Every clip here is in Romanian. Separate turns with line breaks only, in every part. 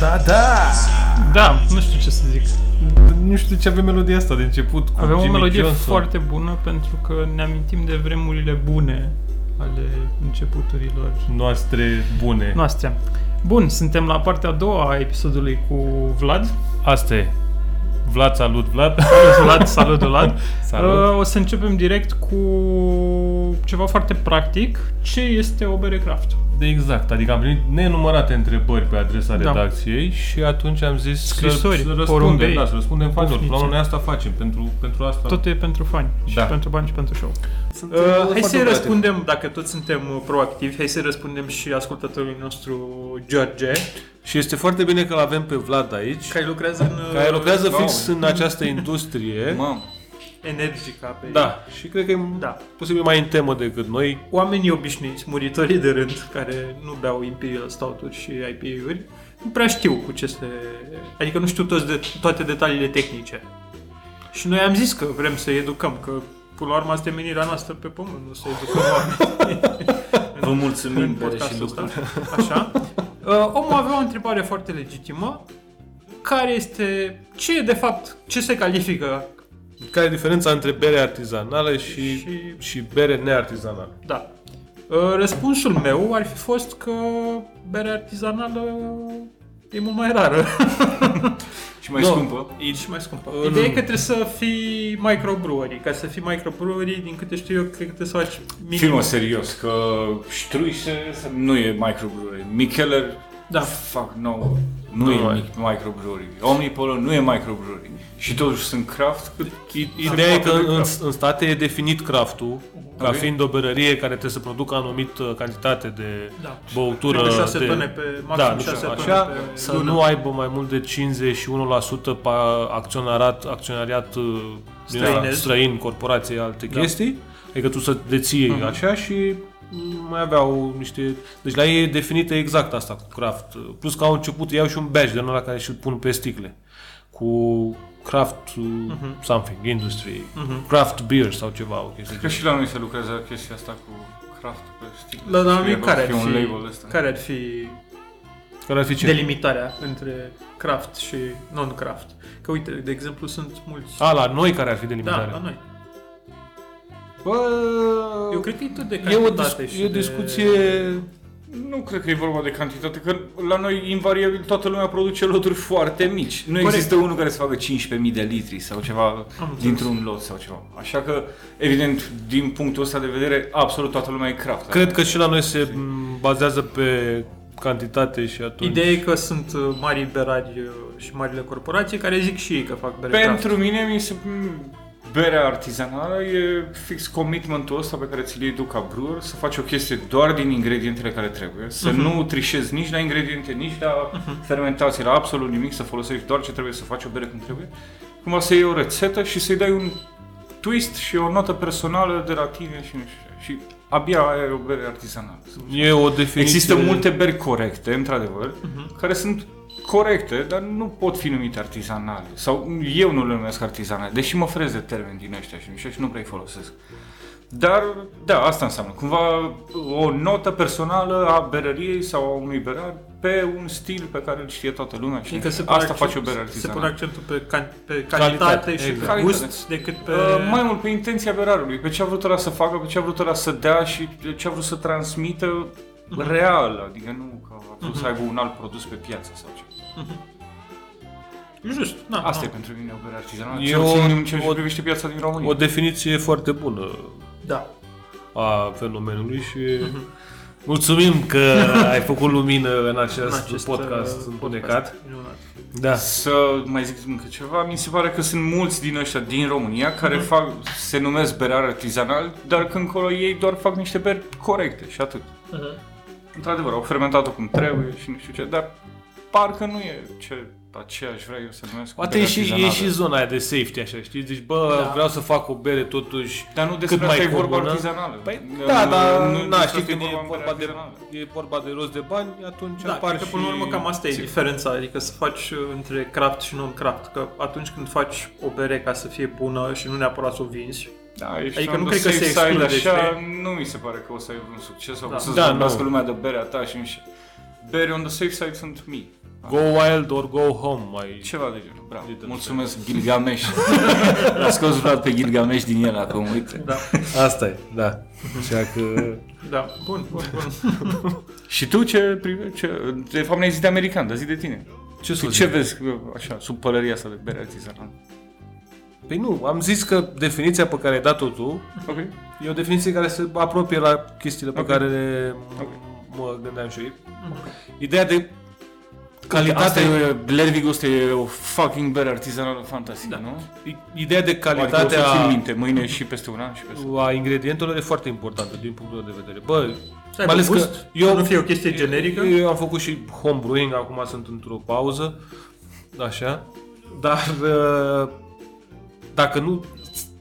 da, da!
Da, nu știu ce să zic.
Nu știu de ce avem melodia asta de început cu
Avem o
Jimmy
melodie
Johnson.
foarte bună pentru că ne amintim de vremurile bune ale începuturilor
Noastre bune.
noastre. Bun, suntem la partea a doua a episodului cu Vlad.
Asta e. Vlad, salut, Vlad.
Vlad, salut Vlad.
Salut.
Uh, O să începem direct cu ceva foarte practic. Ce este Obere Craft?
De exact, adică am primit nenumărate întrebări pe adresa
Da.
redacției și atunci am zis
Scrisori,
să, să răspundem,
porumbei,
da, să răspundem fanilor.
pufnițe.
La noi asta facem, pentru, pentru asta.
Tot e pentru fani și
Da.
pentru bani și pentru show.
Suntem
Uh,
foarte
hai să-i
creativi.
răspundem, dacă toți suntem uh, proactivi, hai să-i răspundem și ascultătorului nostru George,
Și este foarte bine că l-avem pe Vlad aici,
care lucrează în uh,
care lucrează
Wow.
fix în această industrie.
Mamă,
energica pe
Da, și cred că e
Da.
posibil mai în temă decât noi.
oamenii obișnuiți, muritorii de rând, care nu beau Imperial Stout-uri și IPA-uri, nu prea știu cu ce se... Adică nu știu toți de, toate detaliile tehnice. Și noi am zis că vrem să educăm, că până la urmă asta e menirea noastră pe pământ, nu să educăm oamenii.
Vă
în
mulțumim bere și
podcastul ăsta.
lucruri.
Așa. Uh, omul avea o întrebare foarte legitimă. Care este... Ce e de fapt... Ce se califică
Care e diferența între bere artizanală și, și...
Și-
și bere neartizanală?
Da. Uh, Răspunsul meu ar fi fost că berea artizanală e mult mai rară
Și mai
Nu.
scumpă.
și mai scumpă.
Uh,
Ideea e
nu.
că trebuie să fii microbrewery. Ca să fii microbrewery, din câte știu eu, cred că trebuie să faci minim.
Fim serios, că ștruise nu e microbrewery. Micheller,
Da.
fuck, no, nu
Nu
e
e.
mic- microbrewery. Omnipolo nu e microbrewery. Și totuși sunt craft cât
I- Ideea e că
poate de
în,
craft.
în state e definit craftul ca
Ok.
fiind o berărie care trebuie să producă anumită cantitate de
Da.
băutură.
Cred că șase
de...
tone pe- maxim
da,
șase
așa,
tone pe
să
lună.
nu aibă mai mult de 51% pa- acționarat, acționariat uh, din ăla,
Străinez. Da.
străin, corporație, alte chestii. Adică tu să deții
Mhm.
așa și mm, mai aveau niște... Deci la ei e definită exact asta cu craft. Plus că au început, iau și un badge de ăla care și-l pun pe sticle. Cu craft uh,
Mhm.
something, industry, craft beer sau ceva, o chestie.
Că și la noi se lucrează chestia asta cu craft pe sticlă.
La
Scrie
Naomi,
pe-
care ar
scrie
fi,
un label ăsta.
care ar fi
Care ar fi ce?
delimitarea între craft și non-craft? Că uite, de exemplu, sunt mulți...
A, la noi care ar fi
da,
delimitarea.
la noi.
Bă,
Eu cred că e tot de
E o,
cantitate
dis-
și
e o
de-
discuție...
Nu cred că e vorba de cantitate, că la noi invariabil toată lumea produce loturi foarte mici. Nu
Corect.
există unul care să facă 15.000 de litri sau ceva
înțeles.
dintr-un lot sau ceva. Așa că, evident, din punctul ăsta de vedere, absolut toată lumea e craft.
Cred că și la noi se m, bazează pe cantitate și atunci...
Ideea e că sunt uh, mari berari uh, și marile corporații care zic și ei că fac bere craft.
Pentru mine, mi se... m, berea artizanală e fix commitmentul ăsta pe care ți-l iei tu ca brewer, să faci o chestie doar din ingredientele care trebuie, să nu trișezi nici la ingrediente, nici la fermentație, la absolut nimic, să folosești doar ce trebuie, să faci o bere cum trebuie, cumva să iei o rețetă și să-i dai un twist și o notă personală de la tine și nu știu ce. Și abia aia e o bere artizanală.
E o definiție...
Există multe beri corecte, într-adevăr,
Mhm.
care sunt corecte, dar nu pot fi numite artizanale. Sau eu nu le numesc artizanale, deși mă frez de termeni din ăștia și nu știu și nu prea îi folosesc. Dar, da, asta înseamnă. Cumva o notă personală a berăriei sau a unui berar pe un stil pe care îl știe toată lumea și
Adică se pune
asta
accent-
face o bere
Se pune
artizanală.
accentul pe, can- pe
Calitate,
calitate, și
exact.
pe
Calitate.
gust decât pe...
Uh, mai mult pe intenția berarului, pe ce a vrut ăla să facă, pe ce a vrut ăla să dea și ce a vrut să transmită
Mhm.
real, adică nu că a vrut să aibă un alt produs pe piață sau ceva.
Just, na,
Asta e
na.
pentru mine o bere artizanală.
Ah. E
Cel puțin
o-
în ceea
o-
ce privește piața din România.
O definiție foarte bună
Da.
a fenomenului și...
Mhm.
Mulțumim că ai făcut lumină în acest,
În acest,
podcast
uh,
întunecat.
podcast minunat.
Da.
Să mai zic încă ceva, mi se pare că sunt mulți din ăștia din România
Mhm.
care fac, se numesc berari artizanal, dar când încolo ei doar fac niște beri corecte și atât.
Mhm.
Într-adevăr, au fermentat-o cum trebuie și nu știu ce, dar parcă nu e ce aceeași vreau eu să numesc
Poate
bere
e și, e
artizanală.
și zona aia de safety, așa, știi? Deci, bă,
Da.
vreau să fac o bere totuși
Dar nu despre
cât
asta
mai
e vorba
comună.
artizanală.
Păi,
Nu-
da,
nu-
dar,
nu-
na, știi,
despre asta
când e
în bere
vorba, de,
artizanală.
e vorba de rost de bani, atunci
Da,
apar
cred că până la
și...
urmă cam asta e diferența, adică să faci uh, între craft și non-craft, că atunci când faci o bere ca să fie bună și nu neapărat să o vinzi,
Da, ești
Adică
on
nu
the
cred că
safe
se
side,
exclude,
așa, nu mi se pare că o să ai un succes sau
Da.
da. să-ți
Da,
da, vorbească
nu.
lumea de berea ta și nu știu. Bere on the safe side sunt mii.
Go wild or go home, mai...
Ceva de genul, bravo.
Little
Mulțumesc, Gilgamesh. L-a scos Vlad pe Gilgamesh din el acum, uite.
Da,
Asta e, da. Așa că...
da, bun, bun, bun.
Și tu ce, prime- ce de fapt ne-ai zis de american, dar zi de tine.
Ce să
Tu ce
zic?
vezi bă, așa, sub pălăria asta de bere artizanală?
Păi nu, am zis că definiția pe care ai dat-o tu
Ok.
e o definiție care se apropie la chestiile pe
Ok.
care le
Ok.
mă gândeam și eu. Ideea de
Asta Da,
calitate...
e, Lervigos e o fucking bere artizanală fantastică, da. nu?
Ideea de
Adică o să țin
calitatea
minte mâine și peste un an și peste...
a ingredientelor e foarte importantă din punctul meu de vedere. Bă,
Să aibă gust, să nu fie o chestie generică.
Eu am făcut și home brewing, acum sunt într-o pauză, așa, dar uh, dacă nu,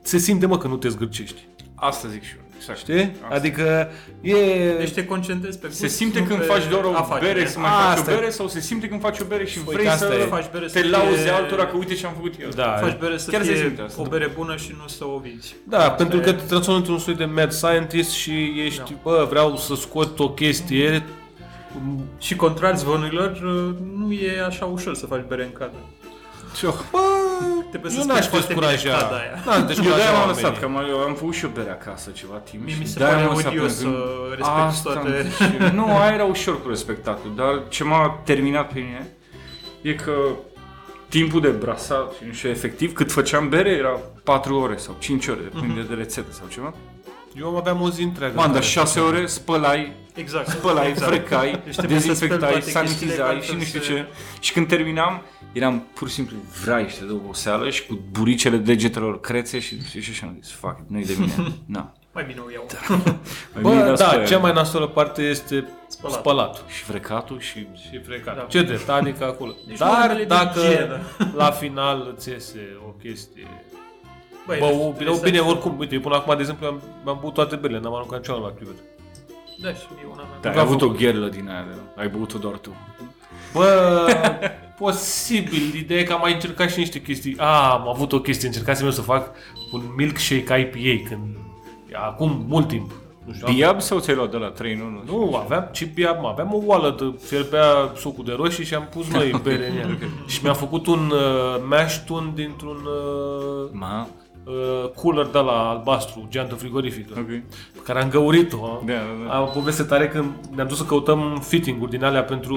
se simte mă că nu te zgârcești,
Asta zic și eu. Exact.
știi?
Asta.
Adică e...
Deci te concentrezi pe gust,
Se simte
nu
când
pe
faci doar o
afacere.
bere să mai
Asta
faci o
e.
bere sau se simte când faci o bere și
Păi
Uite,
vrei
asta e.
să
Faci bere să
te lauzi
fie-
altora că uite ce am făcut eu.
da,
Faci bere să
Chiar se simte
fie
asta,
o
da.
bere bună și nu să o vinzi.
Da,
Asta
pentru că
e-
te transformi într-un soi de mad scientist și ești,
Da.
bă, vreau să scot o chestie,
Și contrar zvonurilor, uh, nu e așa ușor să faci bere în cadă.
bă,
Trebuie să
eu
spui
n-aș
foarte bine
descuraja.
cada aia.
N-aș
Deci eu de-aia
descuraja
m-am lăsat, că
Da, oamenii.
am, eu am făcut și o bere acasă ceva timp.
Mie
și
mi se
de-aia
pare
m-am lăsat
odios
până când-
să respecti
Asta
toate...
am zis și eu. Nu, aia era ușor cu respectatul, dar ce m-a terminat pe mine e că timpul de brasat și nu știu, efectiv, cât făceam bere era 4 ore sau 5 ore, depinde
Mhm.
de rețetă sau ceva.
Eu aveam o zi întreagă.
Man, dar
care-
6 ore spălai,
Exact.
spălai,
exact.
frecai,
Deci trebuie să speli
dezinfectai,
toate chestiile ca
sanitizai și
altfel
nu știu
se-
ce. Și când terminam, eram pur și simplu vrai și de oboseală și cu buricele degetelor crețe și, și, și așa am zis, fuck, it, nu-i de mine. Na.
Mai bine o iau.
Da.
Bă, da, cea mai nasolă parte este
Spălat.
spălatul.
Și frecatul și...
Și plecat.
Da.
Ce drept, adică acolo.
Deci
Dar
normele de
dacă
igienă.
la final îți iese o chestie...
Băi,
Bă,
deci
o, bine,
trebuie
o,
să-
bine, oricum, uite, eu până acum, de exemplu, am, am băut toate berile, n-am aruncat niciodată la crivet.
Da, și mie una mea.
Da, ai
Că a
avut o
făcut.
gherlă din aia, de, ai băut-o doar tu.
Bă, posibil, ideea e că am mai încercat și niște chestii. A, am avut o chestie, încercasem eu să fac un milkshake IPA când... Acum, mult timp. Nu știu, am-
Biab sau ți-ai luat de la 3 în 1?
Nu, aveam cipiam, aveam o oală de fierbea sucul de roșii și am pus noi bere în ea. și mi-a făcut un uh, mash tun dintr-un uh,
Ma,
uh, cooler de la albastru, geantă frigorifică,
ok.
pe care am găurit-o.
Da, da, da.
Am o poveste tare când ne-am dus să căutăm fitting-uri din alea pentru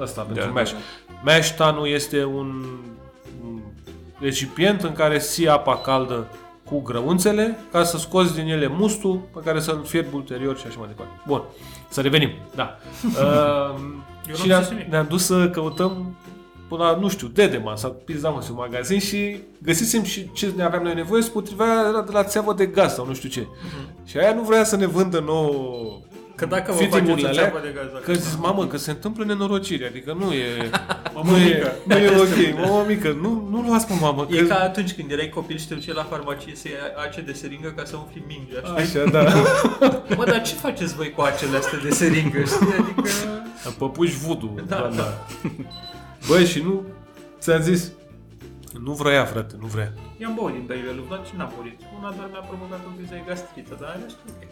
asta, pentru
Mhm. da,
mash.
da.
Mash tanul este un un recipient în care si apa caldă cu grăunțele ca să scoți din ele mustul pe care să-l fierbi ulterior și așa mai departe. Bun, să revenim, da. uh,
Eu
și
n-am
ne-am,
zis nimic.
ne-am dus să căutăm până la, nu știu, Dedeman sau Pizdamă un magazin și găsisem și ce ne aveam noi nevoie, se potrivea era de la țeavă de gaz sau nu știu ce. Și aia nu vrea să ne vândă nouă
Mhm. Că dacă vă
fitting-urile
faceți o
alea,
țeavă de gaz
că
acasă.
zici, mamă, că se întâmplă nenorociri, adică nu e, nu e, nu e ok, mamă mică, nu, nu luați pe mamă, că...
E ca atunci când erai copil și te duceai la farmacie să iei ace de seringă ca să umfli mingea. știi?
Așa, da.
Ah.
Bă, dar ce faceți voi cu acele astea de seringă? Știi? Adică...
Păpuși voodoo.
Da, da.
Băi, și nu, ți-am zis, nu vrea, frate, nu vrea.
I-am băut din beile lui Vlad și n-am murit. Una doar mi-a provocat o criză de gastrită, dar alea știu ok.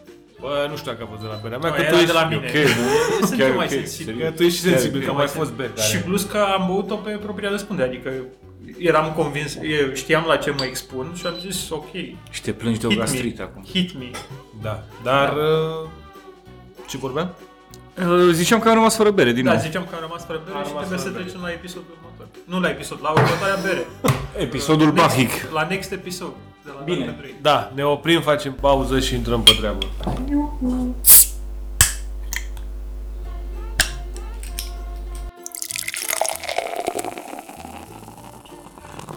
Bă, nu știu dacă a fost de la berea mea,
Bă,
că
era
tu ești,
de la
E
mine.
ok, nu?
Sunt
Chiar
eu mai
ok,
sensibil.
că
serios.
tu ești sensibil, că
Chiar
mai fost beri.
Și plus că am băut-o pe propria răspundere, adică eram convins, eu știam la ce mă expun și am zis ok,
ok. Și te plângi de o
hit
gastrită
me,
acum.
hit me.
Da, dar... uh, Ce vorbeam?
Uh, Ziceam că am rămas fără bere din
Da,
nou.
ziceam că am rămas fără bere
Am
și
rămas
trebuie să
fără bere.
trecem la episodul următor. Nu la episod, la următoarea bere.
Episodul
Next-
Bahic.
La next episod. De la
Bine.
Dr. Dre.
Da, ne oprim, facem pauză și intrăm pe treabă.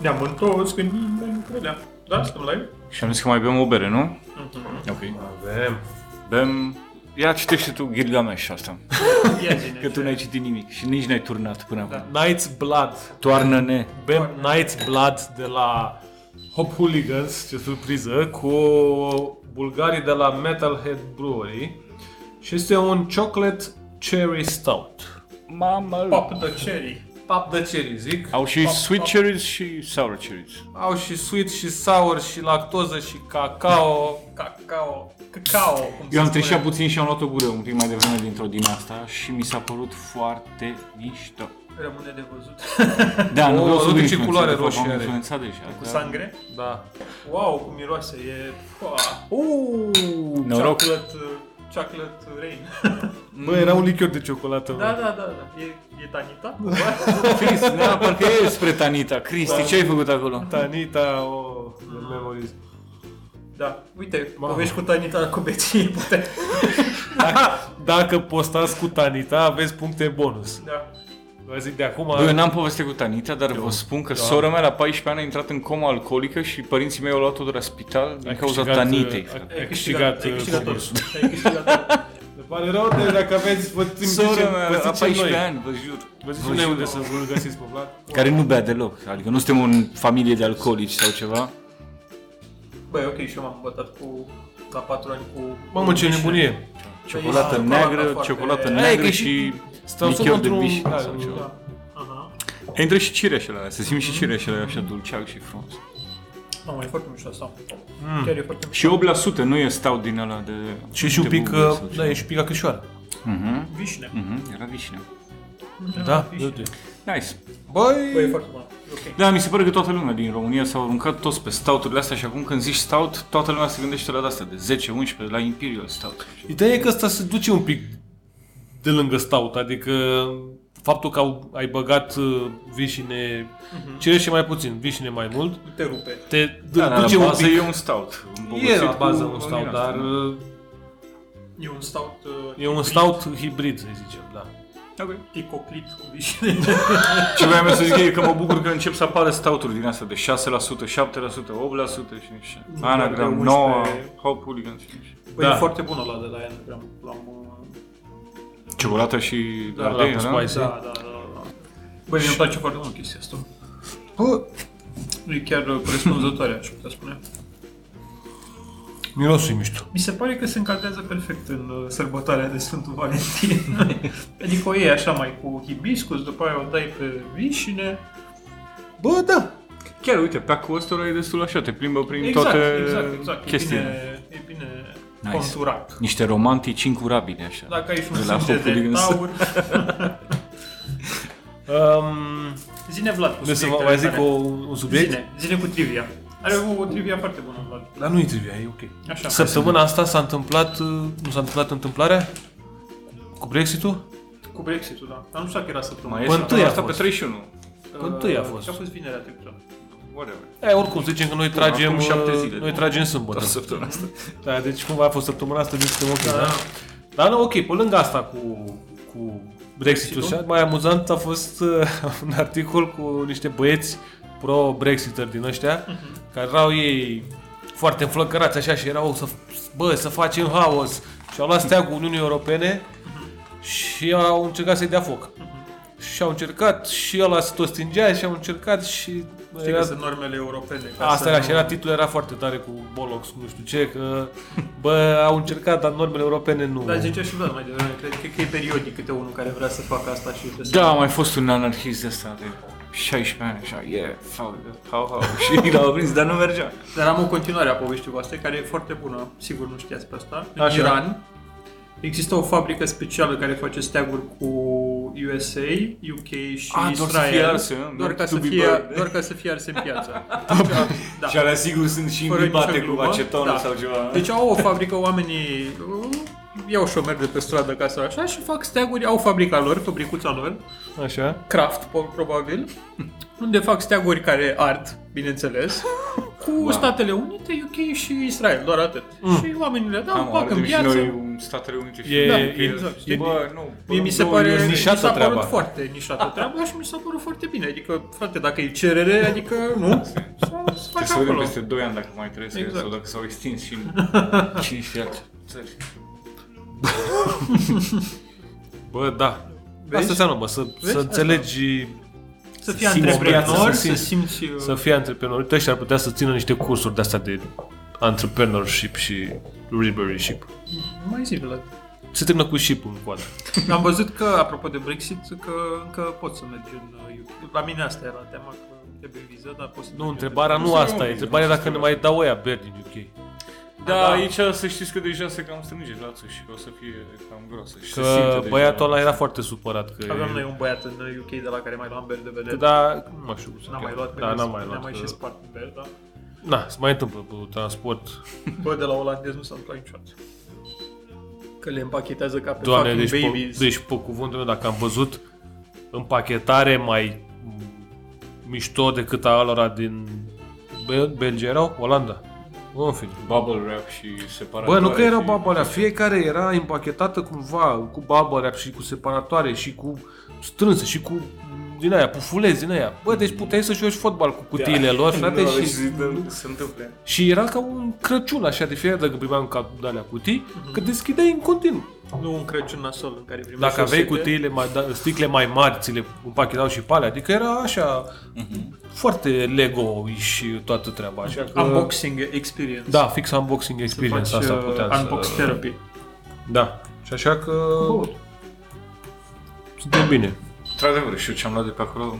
Ne-am întors când nimeni nu credea. Da, suntem live?
Și am zis că mai bem o bere, nu?
Mhm.
Ok.
Avem.
Bem... Ia citește tu Gilgamesh asta.
Ia zine.
Că tu n-ai citit nimic și nici n-ai turnat până acum.
Da.
Knight's Blood.
Toarnă-ne.
Bem Knight's Blood de la Hop Hooligans, ce surpriză, cu bulgarii de la Metalhead Brewery. Și este un chocolate cherry stout.
Mamă!
Pop the cherry.
pap de cherry, zic.
Au și
Pap,
sweet
pap.
cherries și sour cherries.
Au și sweet și sour și lactoză și cacao.
Cacao. Cacao. cum se
Eu am
spune.
trișat puțin și am luat o gură un pic mai devreme dintr-o din asta și mi s-a părut foarte mișto.
Rămâne de văzut.
Da, nu
O,
vreau să
uite
vin
ce culoare
influențat,
roșie
am
are.
influențat deja.
Cu
da.
sangre?
Da.
Wow, cum miroase. E... Pua.
Uuu.
Noroc.
Chocolate, uh, chocolate rain.
Bă, era un lichior de ciocolată.
da,
Da.
da, da, da. E, e tanita?
Chris, da, parcă e spre Tanita. Cristi, ce ai făcut acolo?
Tanita, o... Oh, memories.
da. Uite, mă vezi cu tanita cu beție, puteai.
Dacă, dacă postați cu Tanita, aveți puncte bonus.
Da.
Vă zic de acum...
Bă, eu n-am povestit cu Tanita, dar vă spun că
da.
sora mea la 14 ani a intrat în coma alcoolică și părinții mei au luat-o de la spital din
Ai
cauza
câștigat,
Tanitei.
uh,
frate.
Ai câștigat,
ai
uh,
câștigat,
concursul.
ai câștigat.
Ne pare rău de dacă aveți... Vă trimiteți-
Sora mea
vă
la
zicem
14
noi.
ani, vă jur.
Vă
Vă
zicem noi
jur.
unde să vă găsiți pe Vlad.
Care nu bea deloc, adică nu suntem o familie de alcoolici sau ceva.
Băi, ok, și eu m-am bătat cu la patru ani cu...
Mamă, ce
cu
nebunie!
Ciocolată
Da,
neagră,
ciocolata
ciocolată
foarte-
Aia e
neagră
că
și
stau sub
lichior de
într-un-
biș
da, Mhm.
sau ceva.
Da. Aha.
Intră și cireșele alea, se simt și cireșele alea așa dulceag și frumos.
Mamă, e foarte mișto asta. Chiar e foarte
Și
mișto.
8% nu e stau din ăla de...
Și e și un
de
pic,
bubă
uh,
sau ceva.
da, e și un pic acășoară.
Mhm,
Vișne.
mhm, era vișine.
Da, uite.
Nice.
Băi, e
Băi,
foarte bun. E Ok.
Da, mi se pare că toată lumea din România s-a aruncat toți pe stouturile astea și acum când zici stout, toată lumea se gândește la astea de 10, 11, la Imperial Stout.
ideea e că asta se duce un pic de lângă stout, adică faptul că au, ai băgat uh, vișine, cireșe mai puțin, vișine mai mult,
Nu te rupe.
te
Mhm. Da,
da,
da,
duce
la
un
bază
pic.
e un stout.
E
îmbogățit
la bază un
cu da. din
stout,
asta,
dar
nu?
uh,
E un stout... uh,
e un
hibrid,
stout hibrid, să zicem, da.
Ok.
Ticoclit cu vișine.
Ce voiam eu să zic e că mă bucur că încep să apară stauturi din astea de 6%, 7%, 8% și nu știu. ce. Anagram,
11.
9, Hop Hooligan și nu știu. ce.
Băi,
Da.
Păi e foarte bună la de la Anagram. L-am... uh,
Ciocolata și
Da,
ardei,
la
da?
Spice.
Da, da, da, da. Băi, mi-e place foarte mult chestia asta.
Bă,
E chiar uh, corespunzătoare, aș putea spune.
mirosul e mișto.
Mi se pare că se încadrează perfect în uh, sărbătoarea de Sfântul Valentin. adică o iei așa mai cu hibiscus, după aia o dai pe vișine.
Bă, da.
Chiar uite, pe acul ăsta e destul așa, te plimbă prin
Exact,
toate
exact, exact. E
chestiile.
bine, e bine
Nice.
conturat.
Niște romantici incurabile așa.
Dacă ai și un
De la
sânge
Hopul
de
din
taur...
Um,
Zine Vlad cu
vreau să vă
subiectele
mai zic
tale.
o, un subiect?
Zine, zine cu trivia. Are o, o trivia foarte bună, Vlad.
Dar nu e trivia, e ok.
Așa.
Săptămâna asta s-a întâmplat, uh, nu s-a întâmplat întâmplarea? Cu Brexit-ul?
Uh,
Cu Brexit-ul, da. Dar nu știu dacă era săptămâna.
Mai
Bă,
este
întâi a
asta pe
fost.
31.
Uh,
întâi a fost.
A fost vinerea trecută.
Whatever.
Da, E, oricum, să zicem că noi tragem,
acum șapte
uh,
zile.
noi tragem sâmbătă.
Toată săptămâna asta.
Da, deci cumva a fost săptămâna asta, deci suntem ok, da.
Da.
Dar nu, ok, pe lângă asta cu, cu Brexit-ul,
Brexit-ul?
așa, mai amuzant a fost uh, un articol cu niște băieți pro-Brexiter din ăștia, care erau ei foarte înflăcărați așa și erau să, bă, să facem haos și au luat steagul Uniunii Europene și au încercat să-i dea foc. Și au încercat și ăla se tot stingea și au încercat și...
Știi că sunt normele europene. ca să
Asta era
nu-
și era titlul era foarte tare cu Bolox, cu nu știu ce, că bă, au încercat, dar normele europene nu.
Dar zicea și Vlad mai devreme, cred, cred că e periodic câte unul care vrea să facă asta și uite să-
Da, a mai fost un anarhist de asta de 16 ani așa, yeah, how, how, how. Și l-au prins, dar nu mergea.
Dar am o continuare a poveștii voastre care e foarte bună, sigur nu știați pe asta. În
Așa.
Iran există o fabrică specială care face steaguri cu USA, UK și
Ah, doar să
Israel.
fie arse, nu?
doar, ca
To
să
be
fie,
burned.
doar ca să fie arse în piață. da.
Și alea sigur sunt și
Fără
imbibate
nicio
cu
glumă.
aceton
Da.
sau ceva.
Deci au o fabrică, oamenii uh, iau șomer de pe stradă ca să așa și fac steaguri, au fabrica lor, fabricuța lor,
Așa.
craft po- probabil, unde fac steaguri care ard, bineînțeles, cu
Wow.
Statele Unite, UK și Israel, doar atât. Și oamenii le dau,
Am,
fac în
ardem și
piață.
noi un Statele Unite și
E-
Da,
e-
că
exact, știi?
Bă, nu.
Mie mi se
două
pare, mi
nișată
s-a părut
treaba.
foarte nișată treaba și mi s-a părut foarte bine. Adică, frate, dacă e cerere, adică nu, să- să faci
Trebuie să vedem
acolo.
peste 2 ani dacă mai trăiesc exact.
Exact.
sau dacă s-au extins și în 5 alte țări.
Bă, da.
Vezi?
Asta înseamnă, bă, să,
Vezi?
să înțelegi,
Să fii
Simți
antreprenor,
viața, să
să
simți-
simți... uh,
să fii antreprenor. Uite, ăștia ar putea să țină niște cursuri de-astea de entrepreneurship și liberalship.
Mai zi, Vlad.
se termină cu ship în coadă.
Am văzut că, apropo de Brexit, că încă pot să mergi în uh, UK. La mine asta era tema, că trebuie viză, dar poți să
Nu,
mergi
întrebarea
Nu
nu
se
asta
rămâne,
e.
nu
Întrebarea
se
e dacă ne
schimbă.
mai dau oia beri din UK.
Da,
Da.
aici să știți că deja se cam strânge lațul și că o să fie cam groasă. Și se simte
Că
deja.
băiatul ăla era foarte supărat că...
Aveam noi un băiat în UK de la care mai luam beri de
Că
vedere.
da, nu mai știu cum să
N-am mai
cheamă.
luat,
Da,
beri,
n-am mai luat.
Ne-am mai
că-
și spart beri, da.
Na, se mai întâmplă pe transport.
Bă, de la olandez nu s-a întâmplat niciodată. Că le împachetează ca pe
Doamne,
fucking
deci pe,
babies.
deci pe cuvântul meu, dacă am văzut împachetare mai mișto decât a alora din Bel- Belgia, erau Olanda. Bă, în fine.
Bubble wrap și separat.
Bă, nu că erau babalea, fiecare era împachetată cumva cu babalea și cu separatoare și cu strânse și cu din aia, pufulezi din aia. Bă, deci puteai să joci fotbal cu cutiile
Da.
lor, frate, și...
se întâmple.
Și era ca un Crăciun așa de fiecare dacă primeam ca de alea cutii, că deschideai în continuu.
Nu un Crăciun nasol în care primești
Dacă aveai
o sete.
cutiile mai, da, sticle mai mari, ți le împachetau și pe alea, adică era așa foarte Lego și toată treaba. Așa că,
Unboxing experience.
Da, fix unboxing experience
Faci,
asta
uh,
puteam
Unbox
să...
therapy.
Da. Și așa că
Bă,
suntem bine.
Într-adevăr, și eu ce-am luat de pe acolo,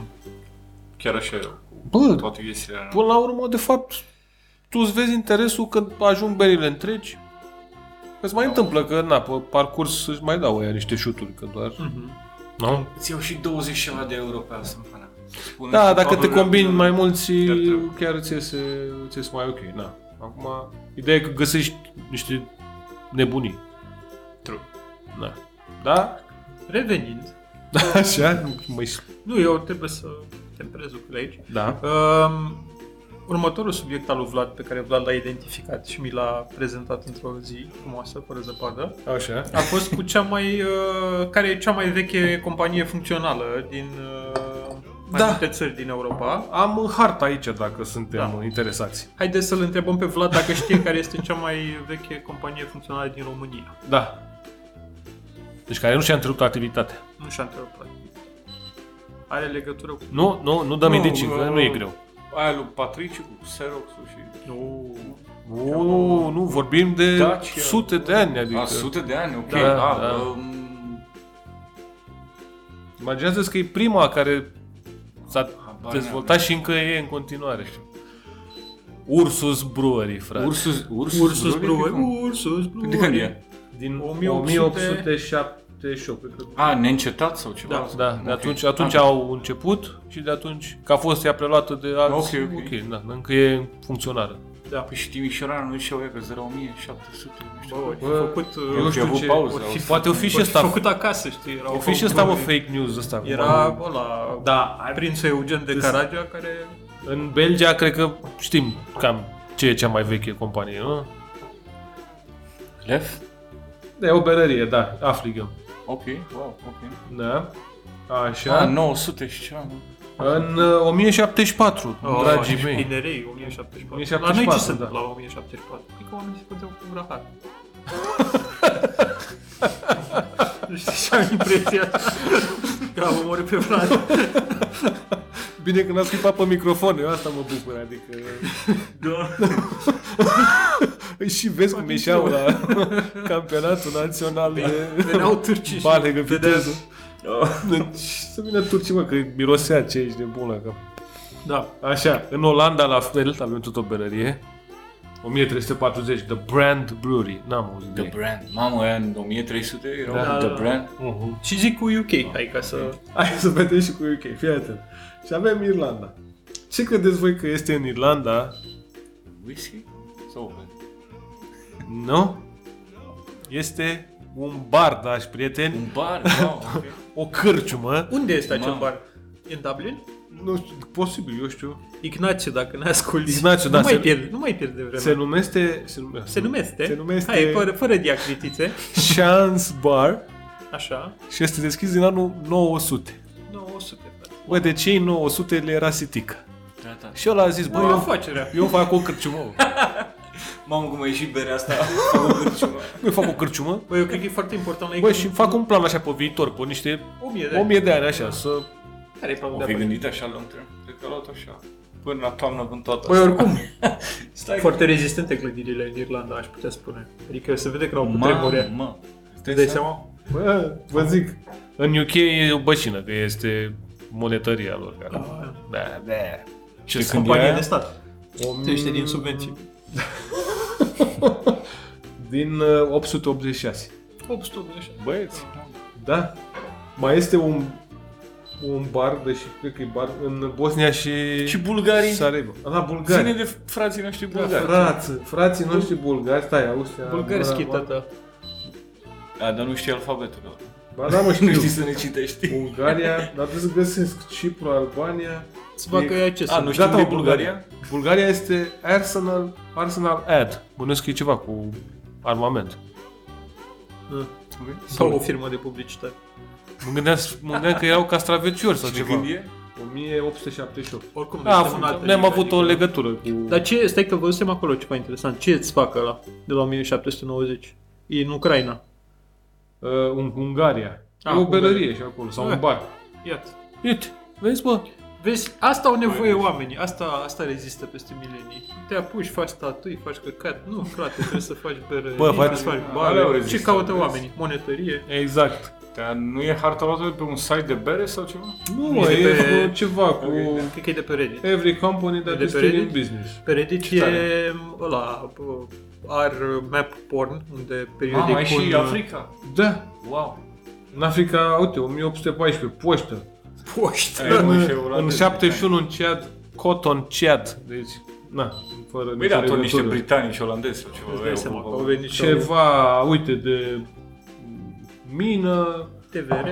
chiar așa erau.
Bă,
Toate chestiile alea.
până la urmă, de fapt, tu îți vezi interesul când ajung berile întregi. Îți
Da.
mai întâmplă că, na, pe parcurs își mai dau ea niște șuturi, că doar...
Mhm.
Nu?
Îți iau și 20 și ceva de euro pe asta în pana. Spune
Da,
și
dacă te
Pavel,
combini mai mulți,
Chiar trebuie.
chiar ți iese, ți iese mai ok. Na. Acum, ideea e că găsești niște nebunii.
True.
Da. Da?
Revenind,
Da, așa? Mai...
nu, eu trebuie să temperez lucrurile aici.
Da.
Um, următorul subiect al lui Vlad, pe care Vlad l-a identificat și mi l-a prezentat într-o zi frumoasă, fără zăpadă,
Așa.
a fost cu cea mai, uh, care e cea mai veche companie funcțională din uh, mai
Da.
multe țări din Europa.
Am harta aici, dacă suntem
Da.
interesați.
Haideți să-l întrebăm pe Vlad dacă știe care este cea mai veche companie funcțională din România.
Da. Deci care nu și-a întrerupt activitatea.
Nu și-a întrebat. Are legătură cu...
Nu, nu, nu dăm
Nu,
indicii, că
bă.
nu e greu.
Aia lui Patriciu cu Xerox-ul și...
Nu.
O, nu, vorbim de
Dacia.
sute de ani, adică.
A, sute de ani, ok.
Da,
a,
da.
um,
Imaginează-ți că e prima care s-a
Habar
dezvoltat și încă e în continuare. Ursus Brewery, frate.
Ursus, Ursus,
Ursus
Brewery?
Brewer. Ursus Brewer.
De când e?
Din
1878,
cred că.
A, neîncetat sau ceva?
Da,
Da, de
Ok.
atunci, atunci
Ah,
au început și de atunci, că a fost ea preluată de alți,
Ok, ok.
da, încă e în funcționare.
Da.
Păi și Timișoara nu știu eu că 1700, nu știu.
Bă, ori fi
Bă,
făcut... uh,
nu
Eu
știu
știu
ce-
ce, pauză.
ori fi
au-
Poate o fi
ori
și
fi
ăsta,
făcut acasă, știi? Erau
o fi și ăsta, mă, fake news ăsta. acum.
Era ăla,
Da,
prințul Eugen de Caragea, care...
În Belgia, cred că știm cam ce e cea mai veche companie, nu?
Lef?
Da, e o berărie, da, Afligem.
Ok, wow, ok.
Da. Așa.
Da, 900 și ceva, nu?
În uh, 1074,
Oh,
dragii
și
mei.
Tinerei, 1074.
1074,
La noi ce
da.
sunt la 1074? Cred că oamenii se puteau cu rahat. Nu știu ce am impresia că am omorât pe Vlad.
Bine că n-a schipat pe microfon, eu asta mă bucur, adică... și vezi cum ieșeau la campionatul național de
Veneau turcii și
Da. bale că
vedeau-
viteză. Deci, să vină turcii, mă, că mirosea ce ești de bun la cap.
Da.
Așa, în Olanda la fel, avem tot o berărie. 1340, The Brand Brewery. N-am auzit
The
de
Brand. Mamă, aia în 1300 erau
Da,
The
da.
Brand.
uh
Și zic cu UK, hai ca să...
Hai să vedem și cu UK, fii atent. Și avem Irlanda. Ce credeți voi că este în Irlanda?
Whisky? Sau bă?
Nu? Este un bar, dragi prieteni,
Un bar? Wow, ok.
o cârciumă.
Unde este acel
Mamă.
bar? E în Dublin?
Nu știu, posibil, eu știu.
Ignațiu, dacă ne asculti.
Ignațiu, da,
nu, mai
se-
pierde, nu mai pierde vreme.
Se
Se,
numește... Se numește...
se numește.
Se numește-
Hai, fără, fără diacritițe.
Chance Bar
Așa.
și este deschis din anul 900.
900. frate.
Bă, de ce în 900 le era sitică?
Da, da.
Și ăla a zis, bă,
Bă, e
eu,
afacerea.
eu fac o cârciumă.
Mamă, cum a ieșit berea asta. Am văzut ceva.
Nu fac o cârciumă,
Bă, eu cred că e foarte important la ei.
Bă,
că-
și fac un plan așa pe viitor, pe niște
1000 de
1000 de ani așa, să...
Care e planul
O
de
fi
afaceri?
gândit așa lung term. Cred că a luat așa. Până la toamnă vând toată
Păi oricum,
Stai.
foarte rezistente clădirile în Irlanda, aș putea spune. Adică se vede că au
Mamă,
cutremure.
mă.
Te dai seama?
Bă, vă zic. În UK e o băcină, că este monetăria lor. că acum- Da, da.
Și
Ce
când e
companie
aia?
de stat. Trăiește din subvenții.
Din uh, 886.
886.
Băieți,
Ah,
da. Mai este un, un bar, deși cred că e bar, în Bosnia și...
Și bulgarii.
Sarajevo. La Bulgaria.
Ține de frații noștri
Da,
bulgari.
frață, frații noștri bulgari, stai, Austria...
Bulgari
Moldova.
schi, tata.
A, dar nu știi alfabetul lor.
Ba da, mă
Nu știi
știu.
să ne citești.
Bulgaria, dar trebuie să găsesc Cipru, Albania...
Să facă
E-
ea ce
A,
să
nu știi
Gata,
unde e
mă,
Bulgaria?
Bulgaria este Arsenal, Arsenal Ad. Bănuiesc că e ceva cu armament.
Da.
Ok.
Sau o firmă de publicitate.
Mă gândeam, mă gândeam că erau castraveciori sau
Și de
ceva.
când e?
1878.
Oricum,
Da,
suntem în altă
ne-am
ligă,
avut o
adică-
legătură cu...
Dar ce, stai că văzusem acolo ceva interesant. Ce îți fac ăla de la 1790? E în Ucraina.
Uh, în Ungaria.
Ah,
e o
Ungaria.
belărie și acolo, sau
Da.
un bar.
Iată.
Uite, vezi bă?
Vezi, asta au nevoie oamenii, asta, asta rezistă peste milenii. Te apuci, faci statui, faci căcat. Nu, frate, trebuie să faci bere,
Bă,
trebuie
faci-
să faci
alea au
bale. Ce
rezistat,
caută
vezi.
oamenii? Monetărie?
Exact.
Dar nu e harta luată de pe un site de bere sau ceva?
Nu,
Nici
mă,
de
e
pe-
cu ceva cu...
Cred că e de pe Reddit.
Every company that
De
is
pe
still in
Reddit?
business.
Pe Reddit
Ce tare.
e ăla, ar map porn, unde
Ah,
periodic
mai și
pun- uh,
Africa?
Da.
Wow.
În Africa, uite, 1814, poștă.
Poștă.
Aia nu e
În,
și olandez,
în 71 în Ciad, Coton Ciad. Deci, na, fără
Băi, da,
nicio
tot niște
legătură.
britanici olandezi sau ceva.
Îți dai seama că au venit și
Ceva, uite, de mină,
TVR.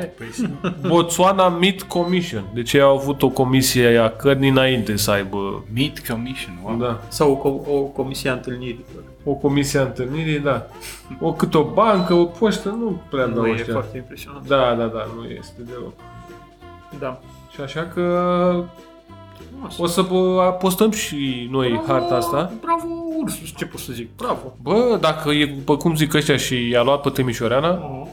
Botswana Meat Commission. Deci ei au avut o comisie a cărnii înainte să aibă...
Meat Commission, wow.
Da.
Sau o, co- o comisie a întâlnirilor.
O comisie a întâlnirii, da. O cât o bancă, o poștă, nu prea
Nu
dau
e
ăștia.
foarte impresionant.
Da, da, da, nu este deloc.
Da.
Și așa că o să bă, postăm și noi harta asta.
Bravo, Ursus, ce pot să zic? Bravo.
Bă, dacă e, bă, cum zic ăștia și i-a luat pe Timișoreana,
Oh.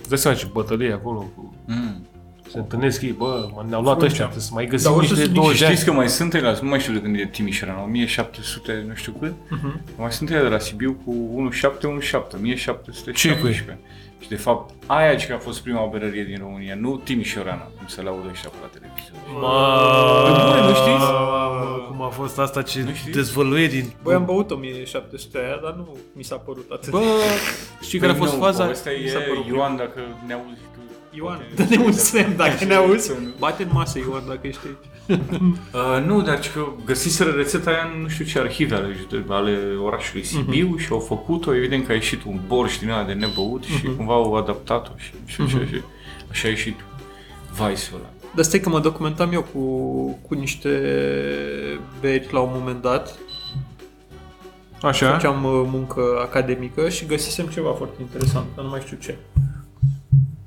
îți dai seama ce bătălie acolo. cu-
Mm.
Se întâlnesc ei, bă, mă, ne-au luat
Frunzea.
ăștia, trebuie să mai
Dar
găsim
o să
niște
zic și
20 ani.
Știți că mai sunt ei la, nu mai știu de când e Timișoara, 1700, nu știu cât,
Mhm.
uh-huh. mai sunt ei de la Sibiu cu 1717, 1717. Și de fapt, aia ce a fost prima berărie din România, nu Timișorana, cum se laudă ăștia pe la televizor.
Mă,
nu știți?
Mamă, Cum a fost asta ce
știți?
dezvăluiri
Băi, am băut 1700 aia, dar nu mi s-a părut atât.
Bă, știi care a fost
Păi,
Păi,
faza?
Asta
Mi s-a
e
părut
Ioan, dacă ne auzi tu.
Ioan,
poate-
dă-ne un semn dacă ne auzi.
Sau nu.
Bate în masă, Ioan, dacă ești aici.
Uh, nu, dar că găsiseră rețeta aia în nu știu ce arhive ale, jude- ale orașului Sibiu și au făcut-o, evident că a ieșit un borș din ăla de nebăut și cumva au adaptat-o și nu știu ce, și așa a ieșit vice ăla.
Dar stai că mă documentam eu cu, cu niște beri la un moment dat.
Așa.
Făceam uh, muncă academică și găsisem ceva foarte interesant, dar nu mai știu ce.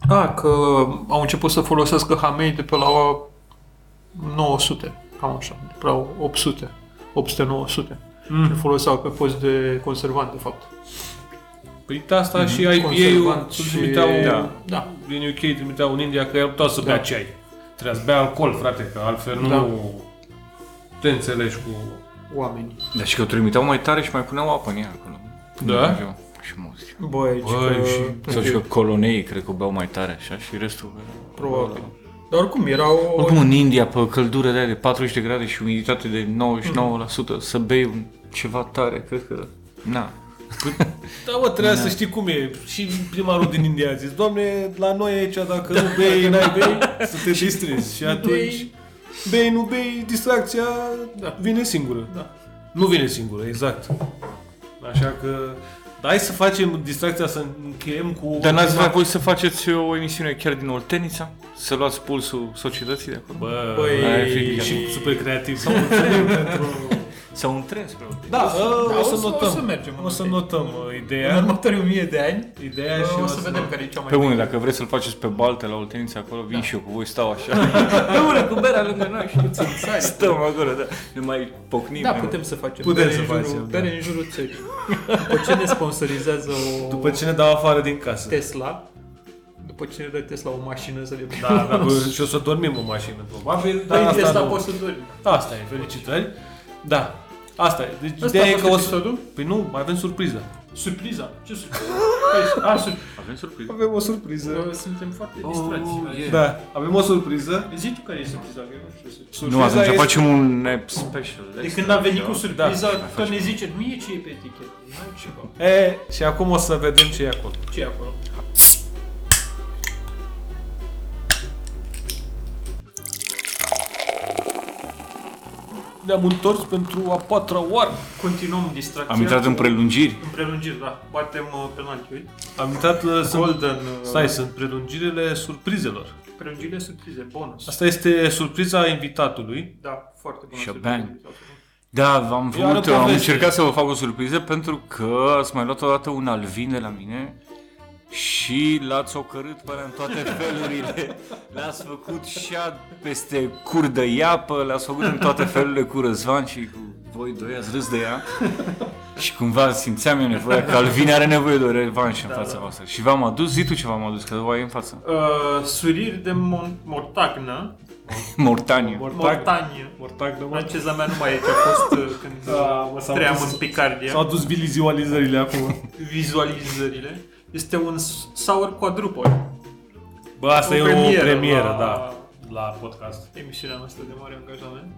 A, că au început să folosească hamei de pe la 900, cam așa, de pe la 800, 800-900. Mm. Și foloseau că fost de conservant, de fapt.
Păi de asta și IPA-ul
Conservant și-
trimiteau
Da.
Da.
din UK, trimiteau în India că el putea să bea ceai. Trebuia să bea alcool, frate, că altfel nu
Da.
te înțelegi cu...
Oamenii.
Deci că o trimiteau mai tare și mai puneau apă în ea acolo.
Da?
Așa, Și mulți.
Băi, uh,
Băi,
că...
și-
Sau și că colonei cred că beau mai tare așa și restul...
Probabil. Dar oricum era o...
Oricum în India, pe căldură de aia de 40 de grade și umiditate de 99%, să bei un ceva tare, cred că... Na,
Da, mă, trebuia să știi cum e. Și primarul din India a zis, doamne, la noi aici, dacă nu bei, n-ai bei, să te distrezi. Și atunci,
bei.
Da. bei, nu bei, distracția
Da.
vine singură.
Da.
Nu vine singură, exact. Așa că, da, hai să facem distracția, să încheiem cu...
Dar n-ați
ultima-
vrea voi să faceți uh, o emisiune chiar din Oltenița? Să luați pulsul societății de acolo?
Bă,
Băi,
aia ar fi
e-
și super creativ. Să mulțumim pentru...
Sau un tren spre Oltenița?
Da,
da,
o,
o
să
să-
notăm.
o să mergem în
O să
Oltenița.
notăm uh,
În
ideea.
următorii 1000 de ani
Ideea
uh,
și
o să vedem
notăm.
care e cea mai
Pe bune, dacă vreți să-l faceți pe balte la Oltenița acolo, vin și eu cu voi, stau așa. pe bune, cu berea lângă noi și
Sare.
stăm acolo, da. Ne mai pocnim.
Da,
ne
putem să facem.
Putem
bere
să
în jurul-
facem, da.
Bere în jurul țării. După ce ne sponsorizează o
După ce ne dau afară din casă.
Tesla, după ce ne dă Tesla o mașină să le
Da, da, bă, și o să dormim în mașină, probabil. Dar
Păi
asta,
Tesla
nu.
poți să dormi.
asta e, felicitări. Da, asta e. Deci
Asta
ideea e
a
că o
fost
să...
episodul.
Păi nu, mai avem surpriză.
Surpriza. Ce surpriză? Păi, Oh, a, sur...
Avem surpriză.
Avem o surpriză.
Bă, Suntem foarte distrați.
yeah.
Da, avem o surpriză. Deci,
Zici tu care e surpriza, că eu nu știu. să-
Nu,
Surpriza
atunci
este-
facem un app special.
De când a venit cu
Da.
surpriza, că ne zice, mie ce e pe etichetă. Nu ceva.
E, și acum o să vedem ce e acolo.
Ce e acolo?
Ne-am întors pentru a patra oară.
Continuăm distracția.
Am intrat în prelungiri.
în prelungiri, da. Batem uh, penaltiuri.
Am intrat, uh, sunt,
Golden. uh,
stai, sunt prelungirile surprizelor.
Prelungirile surprize, bonus.
Asta este surpriza invitatului.
Da, foarte bună.
Șoban.
surpriză.
Da, am
Iară
vrut, am
poveste.
încercat să vă fac o surpriză pentru că ați mai luat odată un alvin de la mine și l-ați ocărât până în toate felurile. L-ați făcut și peste cur de iapă, l-ați făcut în toate felurile cu Răzvan și cu voi doi ați râs de ea. Și cumva simțeam eu nevoia că Alvin are nevoie de o revanșă
Da,
în fața voastră. Și v-am adus, zi tu ce v-am adus, că voi ai în față.
Uh, suriri de mon- mortagnă.
Mortaniu.
Mortanie.
Mortac de mort.
Franceza mea nu mai e ce a fost uh, când
Da, mă, s-au
tream
dus-
în Picardia.
S-au adus vizualizările acum.
Vizualizările. Este un s- sour quadruple.
Bă, asta
O
e
premieră
o premieră,
la-
da, la podcast.
Emisiunea noastră de mare angajament.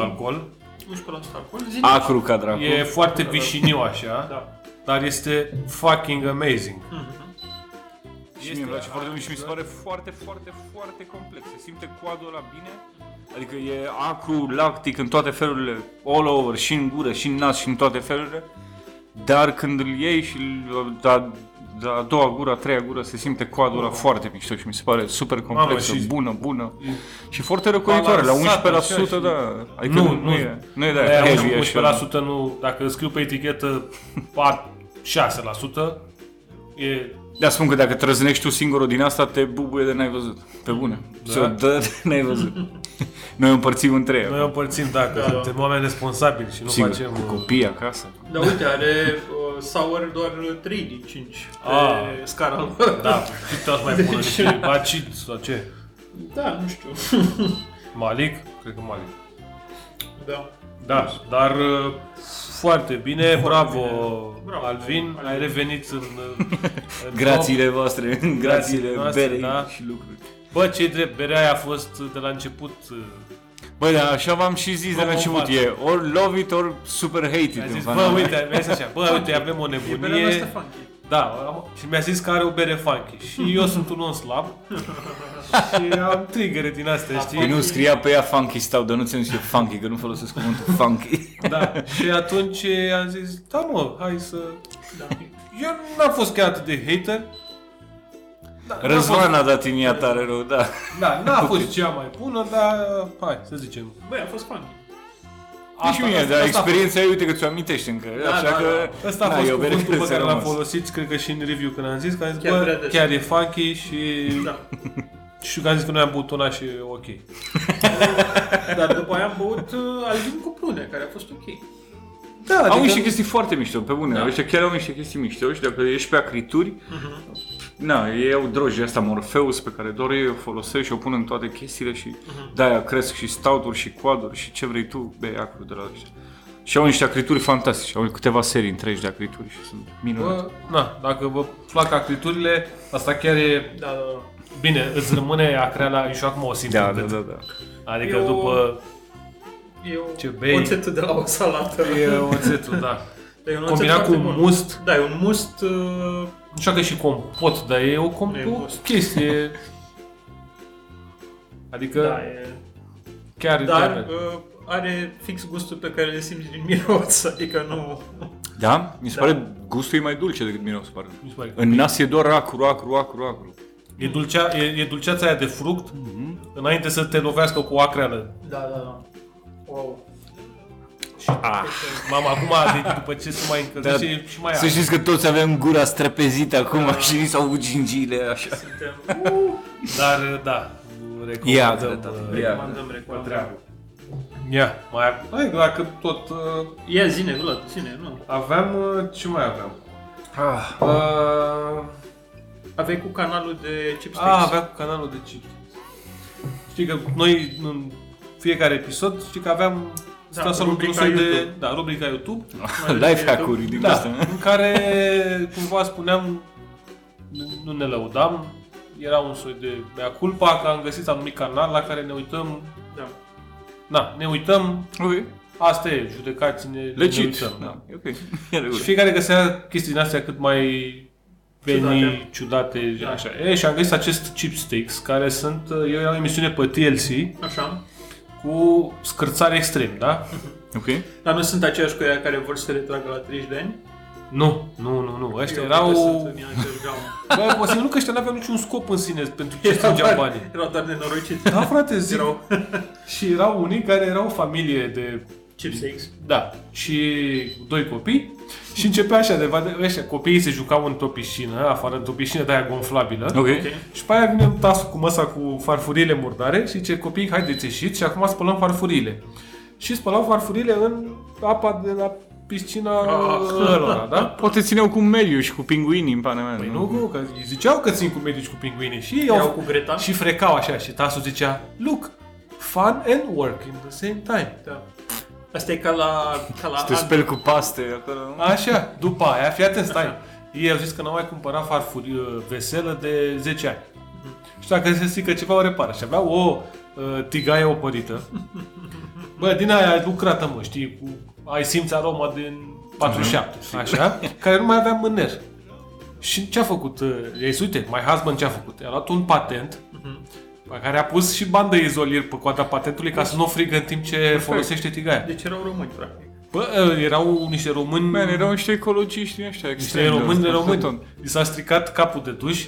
11% alcool.
11% alcool. Zi
Acru ca dracu.
E foarte vișiniu așa,
Da.
dar este fucking amazing.
Și mie îmi place foarte mult și mi se pare foarte, foarte, foarte complex. Se simte coadul ăla bine. Adică e acru, lactic în toate felurile, all over, și în gură, și în nas, și în toate felurile. Dar când îl iei și îl- da, da, a doua gură, a treia gură, se simte coadul ăla foarte mișto și mi se pare super complexă,
și-
bună, bună. Și foarte răcoritoare, la 11%,
așa,
da. Adică
Nu,
nu, nu,
nu.
e, nu e de aia
Aia
heavy așa.
11% nu, dacă scriu pe etichetă 6%, e
Da, spun că dacă trăznești tu singurul din asta, te bubuie de n-ai văzut. Pe bune. Da. Ți-o dă de n-ai văzut. Noi împărțim în trei.
Noi împărțim dacă da, suntem oameni responsabili și nu
Sigur,
facem...
cu
uh,
copii acasă.
Dar uite, are uh, sour doar 3 din 5 pe
Ah.
scara
Da, și toți mai bună și acid sau ce?
Da, nu știu.
Malik? Cred că Malik.
da.
Da, dar uh, foarte bine, bravo,
Bravo,
Alvin,
Alvin.
ai revenit în, uh, în top.
Grațiile voastre, grațiile
noastre,
berei
da.
și lucruri.
Bă, ce drept, berea aia a fost uh, de la început. uh,
Băi, dar așa v-am și zis de la început, e ori love it, ori super hate it.
Mi-a
în
zis,
vana
bă,
mea.
uite, mi-a zis așa, bă, uite, avem o
E berea noastră
nebunie.
funky.
Da, am- și mi-a zis că are o bere funky. Și eu sunt un om slab. și am trigăre din astea,
Că
știi?
Păi nu scria pe ea funky stau, dar nu ți-am zis că e funky, că nu folosesc cuvântul funky.
Da. Și atunci uh, am zis, da mă, hai să
Da.
Eu n-am fost chiar atât de hater. Da, n-a
Răzvan
fost-
a dat în ea tare rău, da.
Da, n-a fost cea mai bună, dar hai, să zicem.
Băi, a fost funky.
Nici mie, Deci dar
asta a fost-
experiența ei, uite că ți-o amintești încă. Așa
da,
că...
Ăsta a
na,
fost
e o bere
cuvântul pe
ți-a
care l-am
rămas.
folosit, cred că și în review când am zis, că am zis,
Chiar
chiar,
vrea
bă,
de
chiar e funky și...
Da.
Și că am zis că noi am băut una și e ok.
Dar după aia am băut uh, albin cu prune, care a fost ok.
Da,
Adică... Au
adică,
niște chestii foarte mișto, pe bune. Da. Ăștia chiar au niște chestii mișto și dacă ești pe acrituri, na, ei au drojdia asta, Morpheus, pe care doar ei o folosesc și o pun în toate chestiile și de-aia cresc și stauturi și coaduri și ce vrei tu, bei acru de la ăștia. Și au niște acrituri fantastice, au câteva serii întregi de acrituri și sunt minunate.
bă, na, dacă vă plac acriturile, asta chiar e...
Da, da, da.
Bine, îți rămâne acreala și eu acum o simt
Da,
în
da,
gât.
da, da.
Adică
Eu-
după...
E o
Ce bei.
oțetul de la o salată.
E oțetul, da.
Dar e un oțet
Combinat cu
foarte bun.
must,
Da, e un must... Uh,
Nu știu că e și compot, dar e o, com-
Nu e
o
gust.
chestie... Adică
da, e...
chiar...
Dar
chiar-
uh, are fix gustul pe care le simți din miros, adică nu...
Da? Mi se
Da.
pare gustul e mai dulce decât miros, pare.
mi se pare că
În nas e doar acru, acru, acru, acru.
E, dulcea, e, e dulceața aia de fruct
Mhm.
înainte să te lovească cu o acreală.
Da, da, da. Wow.
Ah.
Mamă, acum, de, după ce se mai încălzește,
Da.
e și mai
Să
acre.
știți că toți avem gura străpezită acum și ni s-au avut gingiile așa.
Suntem...
Dar, da,
Ia,
recomandăm.
tata,
uh,
ia.
Recomandăm, recomandăm.
treabă. Ia, mai hai, dacă tot uh,
Ia zine, Vlad, zine, nu.
aveam, uh, ce mai aveam?
Ah.
Uh,
Aveai cu canalul de chipsticks.
a, avea cu canalul de chip. Știi că noi în fiecare episod, știi că aveam Da, Stai să rubrica
rubrica
soi de,
YouTube.
da, rubrica YouTube,
Life hack-uri din
da,
astea.
în care, cumva spuneam, nu- nu ne lăudam, era un soi de mea culpa că am găsit anumit canal la care ne uităm,
Da.
na, ne uităm,
Ok.
asta e, judecați-ne, ne
Legit.
uităm.
Da, e ok.
Și fiecare găsea chestii din astea cât mai
Ciudate.
veni, ciudate,
Da.
așa. E, și am găsit acest chipsticks, care sunt, eu era o emisiune pe TLC
Așa.
cu scârțare extrem, da?
Ok.
Dar nu sunt aceiași cu ea care vor să se retragă la 30 de ani?
Nu, nu, nu, nu. Ăștia
Eu
erau...
cred că sunt în aceeași gamă.
Bă, posibil nu că ăștia n-aveau niciun scop în sine pentru ce strângeau banii.
Erau doar nenorociți.
Da, frate, zic.
Erau
Și erau unii care erau o familie de...
chipsakes.
Da, și doi copii. Și începea așa de vade- ăștia, copiii se jucau într-o piscină, afară într-o piscină de aia gonflabilă.
Ok.
Ok.
Și pe aia vine un tasul cu măsa cu farfuriile murdare și zice, copii, haideți ieșiți și acum spălăm farfuriile. Și spălau farfuriile în apa de la piscina
Ah.
ăla, da?
Poate țineau cu mediu și cu pinguinii în pana mea.
Păi nu, cu- că îi ziceau că țin cu medici cu pinguini și
Erau
au
cu Greta.
și frecau așa și tasul zicea, look, fun and work in the same time.
Da. Asta e ca la... Ca la
Și te
ad-
speli cu paste acolo.
Așa, după aia, fii atent, stai. Ei au zis că n-au mai cumpărat farfuri uh, veselă de 10 ani. Și dacă se strică ceva, o repară. Și aveau o uh, tigaie opărită. Bă, din aia lucrată, mă, știi, cu, ai simți aroma din 47, așa, care nu mai avea mâner. Și ce a făcut? uh, Ei, uite, mai husband ce a făcut? I-a luat un patent pe care a pus și bandă izolier pe coada patentului ca să nu o frigă în timp ce folosește tigaia.
Deci erau români, practic.
Bă, uh, erau niște români...
Man, erau niște ecologiști din ăștia
Niște
extrem.
români de
tot.
români. I s-a stricat capul de duș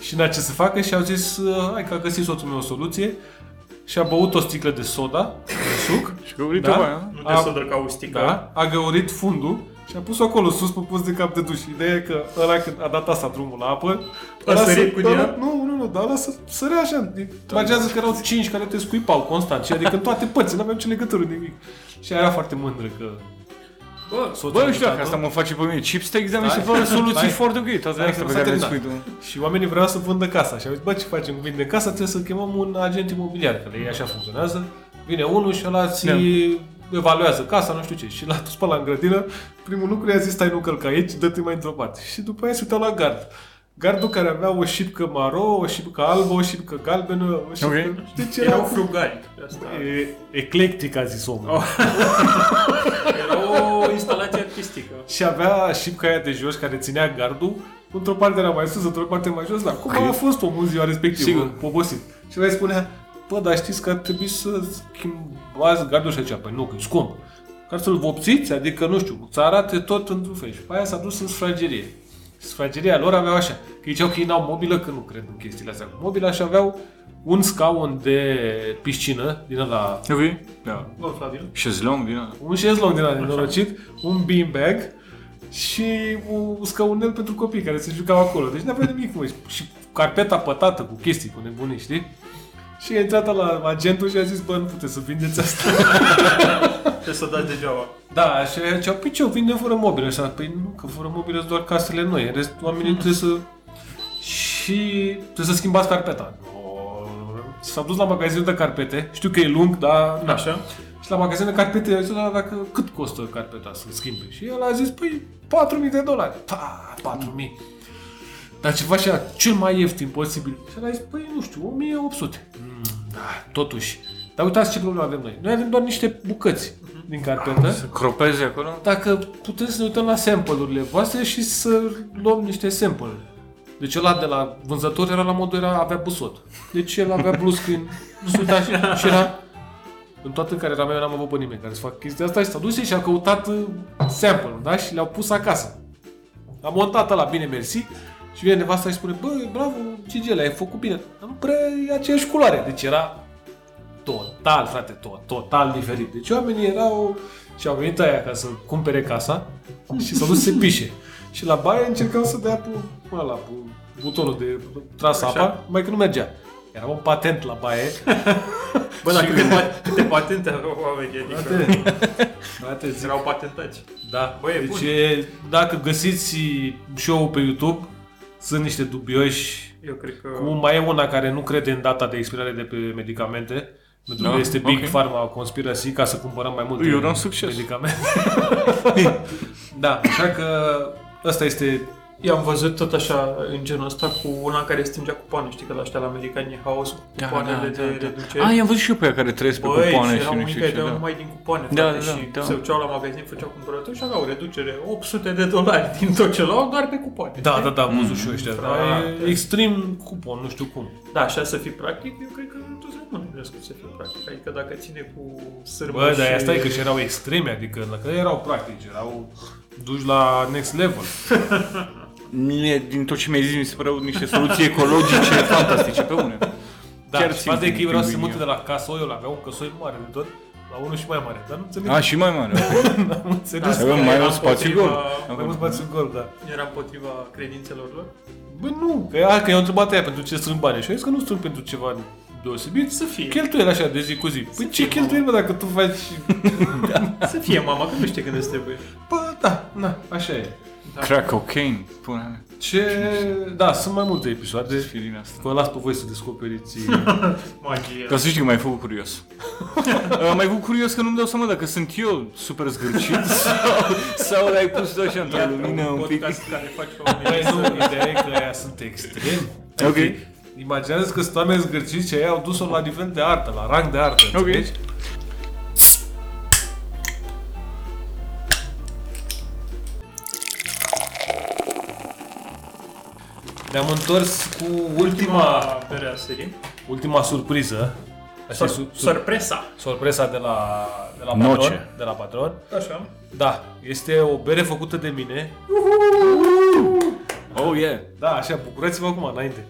și n-a ce să facă și au zis, "Uh, hai că a găsit soțul meu o soluție și a băut o sticlă de soda, de suc,
Și că uite
Da?
da?
Nu
A-
te sodă ca ustica.
da, a găurit fundul și a pus-o acolo sus pe pus de cap de duș. Ideea e că ăla când a dat asta drumul la apă,
A
ăla
sărit
să-
cu
ăla-
ea?
Nu, nu, nu, dar ăla să sărea așa. Imaginează că erau cinci care te scuipau constant și adică în toate părțile, n-aveam nicio legătură nimic. Și aia era foarte mândră că
Bă,
soțul
Bă,
a
nu știu dacă
dat-o.
asta mă face pe mine. Chipsteaks, dar mi se
Hai.
pare soluții
Hai.
foarte ok. Toate
Hai,
astea
că
pe
s-a
care le spui
terminat.
tu.
Și oamenii vreau să vândă casa și au zis, bă, ce facem? Vinde casa, trebuie să chemăm un agent imobiliar, că la ei așa funcționează. Vine unul și ăla ți
Da.
evaluează casa, nu știu ce. Și l-a dus pe la în grădină, primul lucru i-a zis, stai nu călca aici, dă-te mai într-o parte. Și după aia se uita la gard. Gardul care avea o șipcă maro, o șipcă albă, o șipcă galbenă, o șipcă...
Ok.
Știi ce
erau
erau?
frugali. De Asta.
E, eclectic, a zis omul.
Oh. Era o instalație artistică.
Și avea șipca aia de jos care ținea gardul, într-o parte era mai sus, într-o parte mai jos, dar cum a fost omul în ziua respectivă,
Sigur.
Sigur. obosit. Și mai spunea, bă, dar știți că ar trebui să schimbați gardul și aceea, păi nu, că e scump. Ca să-l vopsiți, adică, nu știu, să arate tot într-un fel. Și pe aia s-a dus în sfragerie. Sfrageria lor aveau așa, că ziceau că ei n-au mobilă, că nu cred în chestiile astea. Mobila și aveau un scaun de piscină din ăla
Ok. Da.
Bă, Flaviu.
Șezlong din ăla.
un șezlong din ăla nenorocit, un beanbag și un scaunel pentru copii care se jucau acolo. Deci n-avea nimic mă. Și carpeta pătată cu chestii, cu nebunii, știi? Și a intrat la agentul și a zis, bă, nu puteți să vindeți asta.
Trebuie să dați degeaba.
Da, și aia zicea, păi ce, o vinde fără mobilă. Și a zis, păi nu, că fără mobilă sunt doar casele noi. În rest, oamenii trebuie să... Și trebuie să schimbați carpeta. S-a dus la magazinul de carpete. Știu că e lung, dar... Na.
Așa.
Și la magazin de carpete i-a zis la dacă cât costă carpeta să schimbe. Și el a zis, păi, 4.000 de dolari. Pa, 4.000. Dar ceva așa, cel mai ieftin posibil. Și el a zis, păi, nu știu, 1.800. Mm, da, totuși. Dar uitați ce problemă avem noi. Noi avem doar niște bucăți din carpetă.
Să cropeze acolo.
Dacă putem să ne uităm la sample-urile voastre și să luăm niște sample. Deci ăla de la vânzător era la modul, era, avea busot. Deci el avea blue screen, se uita și, și era... În toată care mea n-am avut pe nimeni care să facă chestia asta și s-a dus și a căutat uh, sample-ul, da? Și le-au pus acasă. Am montat la bine mersi și vine nevasta și spune, bă, bravo, Gigele, ai făcut bine. Dar nu prea e aceeași culoare. Deci era total, frate, tot, total diferit. Deci oamenii erau și au venit aia ca să cumpere casa și s-au dus să se pișe. Și la baie încercau să dea pe, ăla, pe butonul de tras
Așa.
apa, mai că nu mergea. Era un patent la baie.
Bă, dar câte, pa- câte patente aveau oamenii, adică
Frate, frate, zic,
erau patentați.
da.
Bă, e
deci,
bun.
e, dacă găsiți show-ul pe YouTube, sunt niște dubioși
Eu cred că...
Cum mai e una care nu crede în data de expirare de pe medicamente Pentru că
Da,
este Big
ok.
Pharma Conspiracy ca să cumpărăm mai multe
E un succes.
medicamente. da, așa că ăsta este...
I-am văzut tot așa în genul ăsta cu una care strângea cupoane, știi că la ăștia la americani e haos cu
da,
cupoanele de reducere.
A, Ah, i-am văzut și eu pe aia care trăiesc pe
Băi,
cupoane
și
și
erau
nu
unii
știu
care
ce,
erau
da.
numai din cupoane,
Da,
frate,
da,
și
da.
se duceau la magazin, făceau cumpărături și aveau reducere 800 de dolari din tot ce luau, doar pe cupoane.
Da, da, da, am văzut și eu ăștia. Dar
frate.
e extrem cupon, nu știu cum.
Da, așa să fii practic, eu cred că toți românii vreau să fii practic. Adică dacă ține cu sârbă
Bă,
și...
dar asta e că și erau extreme, adică că erau practici, erau duși la next level.
Mie, din tot ce mi-ai zis, mi se păreau niște soluții ecologice fantastice, pe bune.
Da,
Chiar
Chiar și
simt
faza e că eu
din
vreau să se
pinguinii
mute de la casoiul, avea un casoi mare de tot, la unul și mai mare, dar nu înțeleg,
A, și mai mare.
nu înțeleg.
Da,
Avem mai
era
mult spațiu
împotriva-
gol.
Mai mult bați un gol, da.
Era împotriva credințelor lor.
Bă, nu, că, a, că eu întrebat aia pentru ce strâng bani și eu zis că nu strâng pentru ceva deosebit,
Să fie.
Cheltuieli așa, de zi cu zi. Păi ce
fie,
cheltuieli, mă, dacă tu faci...
Să fie mama, că nu știe când îți trebuie.
Bă, da, na, așa e.
Crack cocaine, pune mea.
Ce... Da, sunt mai multe episoade.
Să fii din asta.
Vă las pe voi să descoperiți...
Magie.
Ca să știi că m-ai făcut curios. Uh, m-ai făcut curios că nu-mi dau seama dacă sunt eu super zgârcit sau, sau l-ai pus tu așa într-o
Iată
lumină
un
un pic.
podcast care face
Păi
oamenii
nu,
să...
ideea e că aia sunt extremi.
Ok.
Imaginează că sunt oameni zgârciți și ei au dus-o la nivel de artă, la rang de artă,
Ok.
înțelegi? Ne-am întors cu ultima,
Ultima bere a serii.
ultima surpriză. Asta e
Sor-
sur- sur-
Sorpresa.
surpresa de la, de la
Noce.
patron. De la patron.
Așa.
Da, este o bere făcută de mine,
Oh, yeah.
Da, așa, bucurați-vă acum, înainte.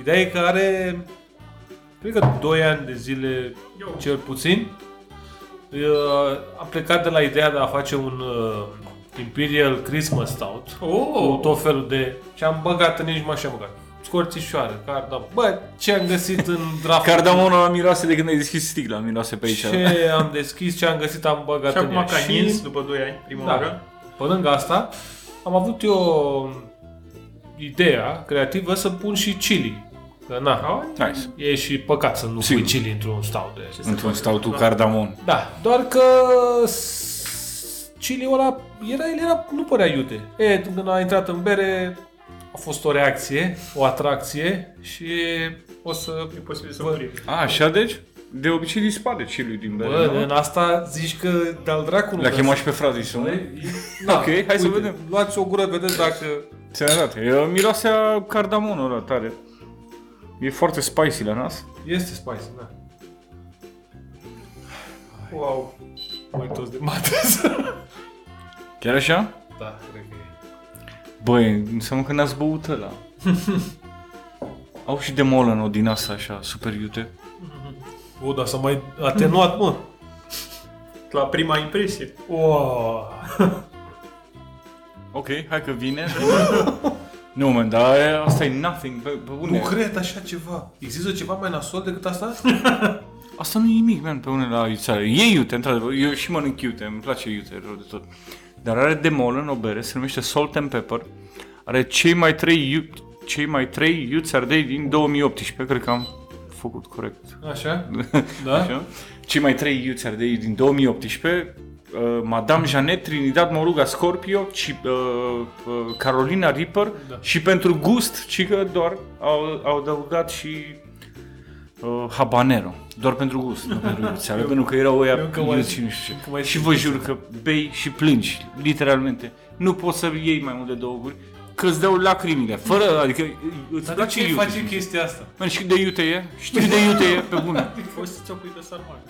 Ideea e că are, cred că 2 ani de zile,
Eu.
cel puțin, uh, a plecat de la ideea de a face un uh, Imperial Christmas Stout cu
Oh,
tot felul de... Și am băgat în nici mă așa băgat. Scorțișoară, cardam... Bă, ce am găsit în draft?
Cardamonul a miroase de când ai deschis sticla, miroase pe aici. da.
Ce am deschis, ce am găsit, am băgat
și
în
acum
ea.
ca Nils, după 2 ani, prima
Da.
oară.
Pe lângă asta, am avut eu ideea creativă să pun și chili. Că na,
Nice.
E și păcat să nu
Sigur.
pui chili într-un stout de...
Într-un stautul cardamon.
Da, doar că s- chiliul ăla era, el era, nu părea iute. E, când a intrat în bere, a fost o reacție, o atracție și o să...
E posibil să
Bă.
murim.
A, așa deci? De obicei dispare celui din bere,
Bă,
nu?
în asta zici că de-al dracu nu
L-a
vrea
chemat
să-
și pe frate și sună.
Da,
Ok, hai să vedem.
Luați o gură, vedeți dacă...
Se arată. E, Miroase a cardamonul ăla tare. E foarte spicy la nas.
Este spicy, da.
Wow.
Mai toți de mates.
Chiar așa?
da, cred că e.
Băi, înseamnă că n-ați băut ăla. Au și de Molano din asta așa, super iute.
O, dar s-a mai atenuat, mă.
La prima impresie.
Wow.
Ok, hai că vine. nu, mă, dar e- asta e nothing, pe, pe bune.
Nu cred așa ceva. Există ceva mai nasol decât asta?
Asta nu e nimic, man, pe unele la iuțare. E iute, într-adevăr. Eu și mănânc iute, îmi place iute rău de tot. Dar are demol în o bere, se numește Salt and Pepper. Are cei mai trei iute, cei mai trei iuți ardei din 2018, cred că am făcut corect.
Așa? Da?
Așa? Cei mai trei iuți ardei din 2018, uh, Madame Janet, Trinidad Moruga Scorpio, ci, uh, uh, Carolina Reaper
Da.
și pentru gust, ci că doar au, au adăugat și uh, habanero. Doar pentru gust, nu pentru iuțeală, pentru că erau
eu
ăia
încă mai-
iuți și nu știu
încă
ce.
mai
Și vă jur că bei și plângi, literalmente. Nu poți să iei mai mult de două guri, că îți dau lacrimile, fără, adică îți
Dar de
place
ce
iute.
face chestia asta?
Mă, și cât de iute e? Știi cât de iute e? Pe bune.
Poți să ți-o pui pe sarmale.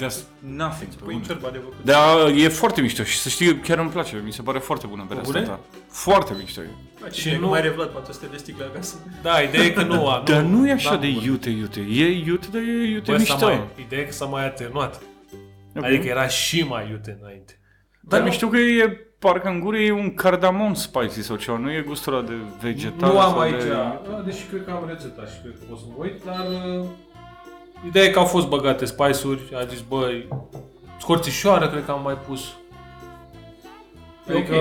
That's nothing. Păi
Pui
pe bune.
în ciorba de făcut.
Da, e foarte mișto și să știi, chiar îmi place, mi se pare foarte bună berea
Bune?
asta. ta. Foarte mișto e.
Și
Și
nu-
nu mai revlat 400 de sticle acasă.
Da, ideea e că nu a...
Dar nu e așa
n-am
de
văzut.
iute, iute. E iute, dar e iute
Da, Bă, s-a
mișto.
mai, ideea e că s-a mai atenuat.
Ok.
Adică era și mai iute înainte.
Dar
Da.
mi știu că e, parcă în gură e un cardamon spicy sau ceva, nu e gustul ăla de vegetal.
nu am
sau
aici,
De...
da, deși cred că am rețeta și cred că pot să mă uit, dar uh, ideea e că au fost băgate spice-uri, a zis, băi, scorțișoară cred că am mai pus. Adică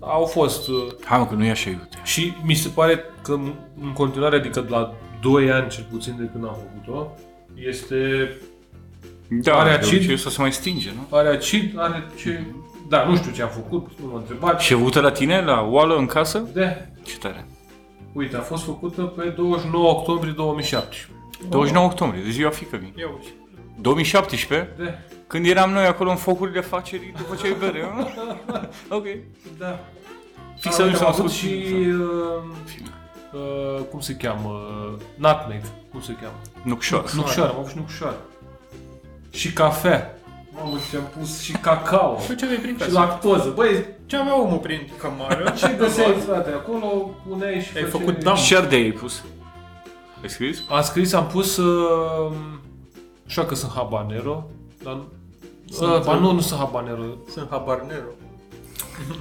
au fost uh,
Hai mă, că nu e așa iute.
și mi se pare că în continuare, adică de la 2 ani cel puțin de când am făcut-o, Este
Da,
Are
de
acid?
obicei o să se mai stinge, nu?
Are acid, are ce... Da, nu știu ce a făcut, nu m-a întrebat.
Și avută la tine, la oală, în casă?
De,
Ce tare.
uite, a fost făcută pe 29 octombrie 2017.
29 octombrie, de ziua fică mea.
Eu și-
2017,
De,
când eram noi acolo în focuri de afaceri după ce bere. nu? ok.
da.
Fix
Am,
atunci
am
am
avut
ascult
și...
și-
Uh, uh, cum se cheamă? Nutmeg, cum se cheamă?
Nucșor.
Nucșoară, am avut și nucșoară. Și cafea. Mamă, și-am pus și cacao.
Tu ce aveai prin
și
casă?
lactoză. Băi,
Ce avea omul prin cămară?
ce găseai, frate? Acolo puneai și
Ai
făceai-
făcut dam.
Și ardei ai pus. Ai scris?
Am scris, am pus... Uh, știu că sunt habanero, dar... Uh, ba nu, nu sunt habanero.
Sunt habarnero.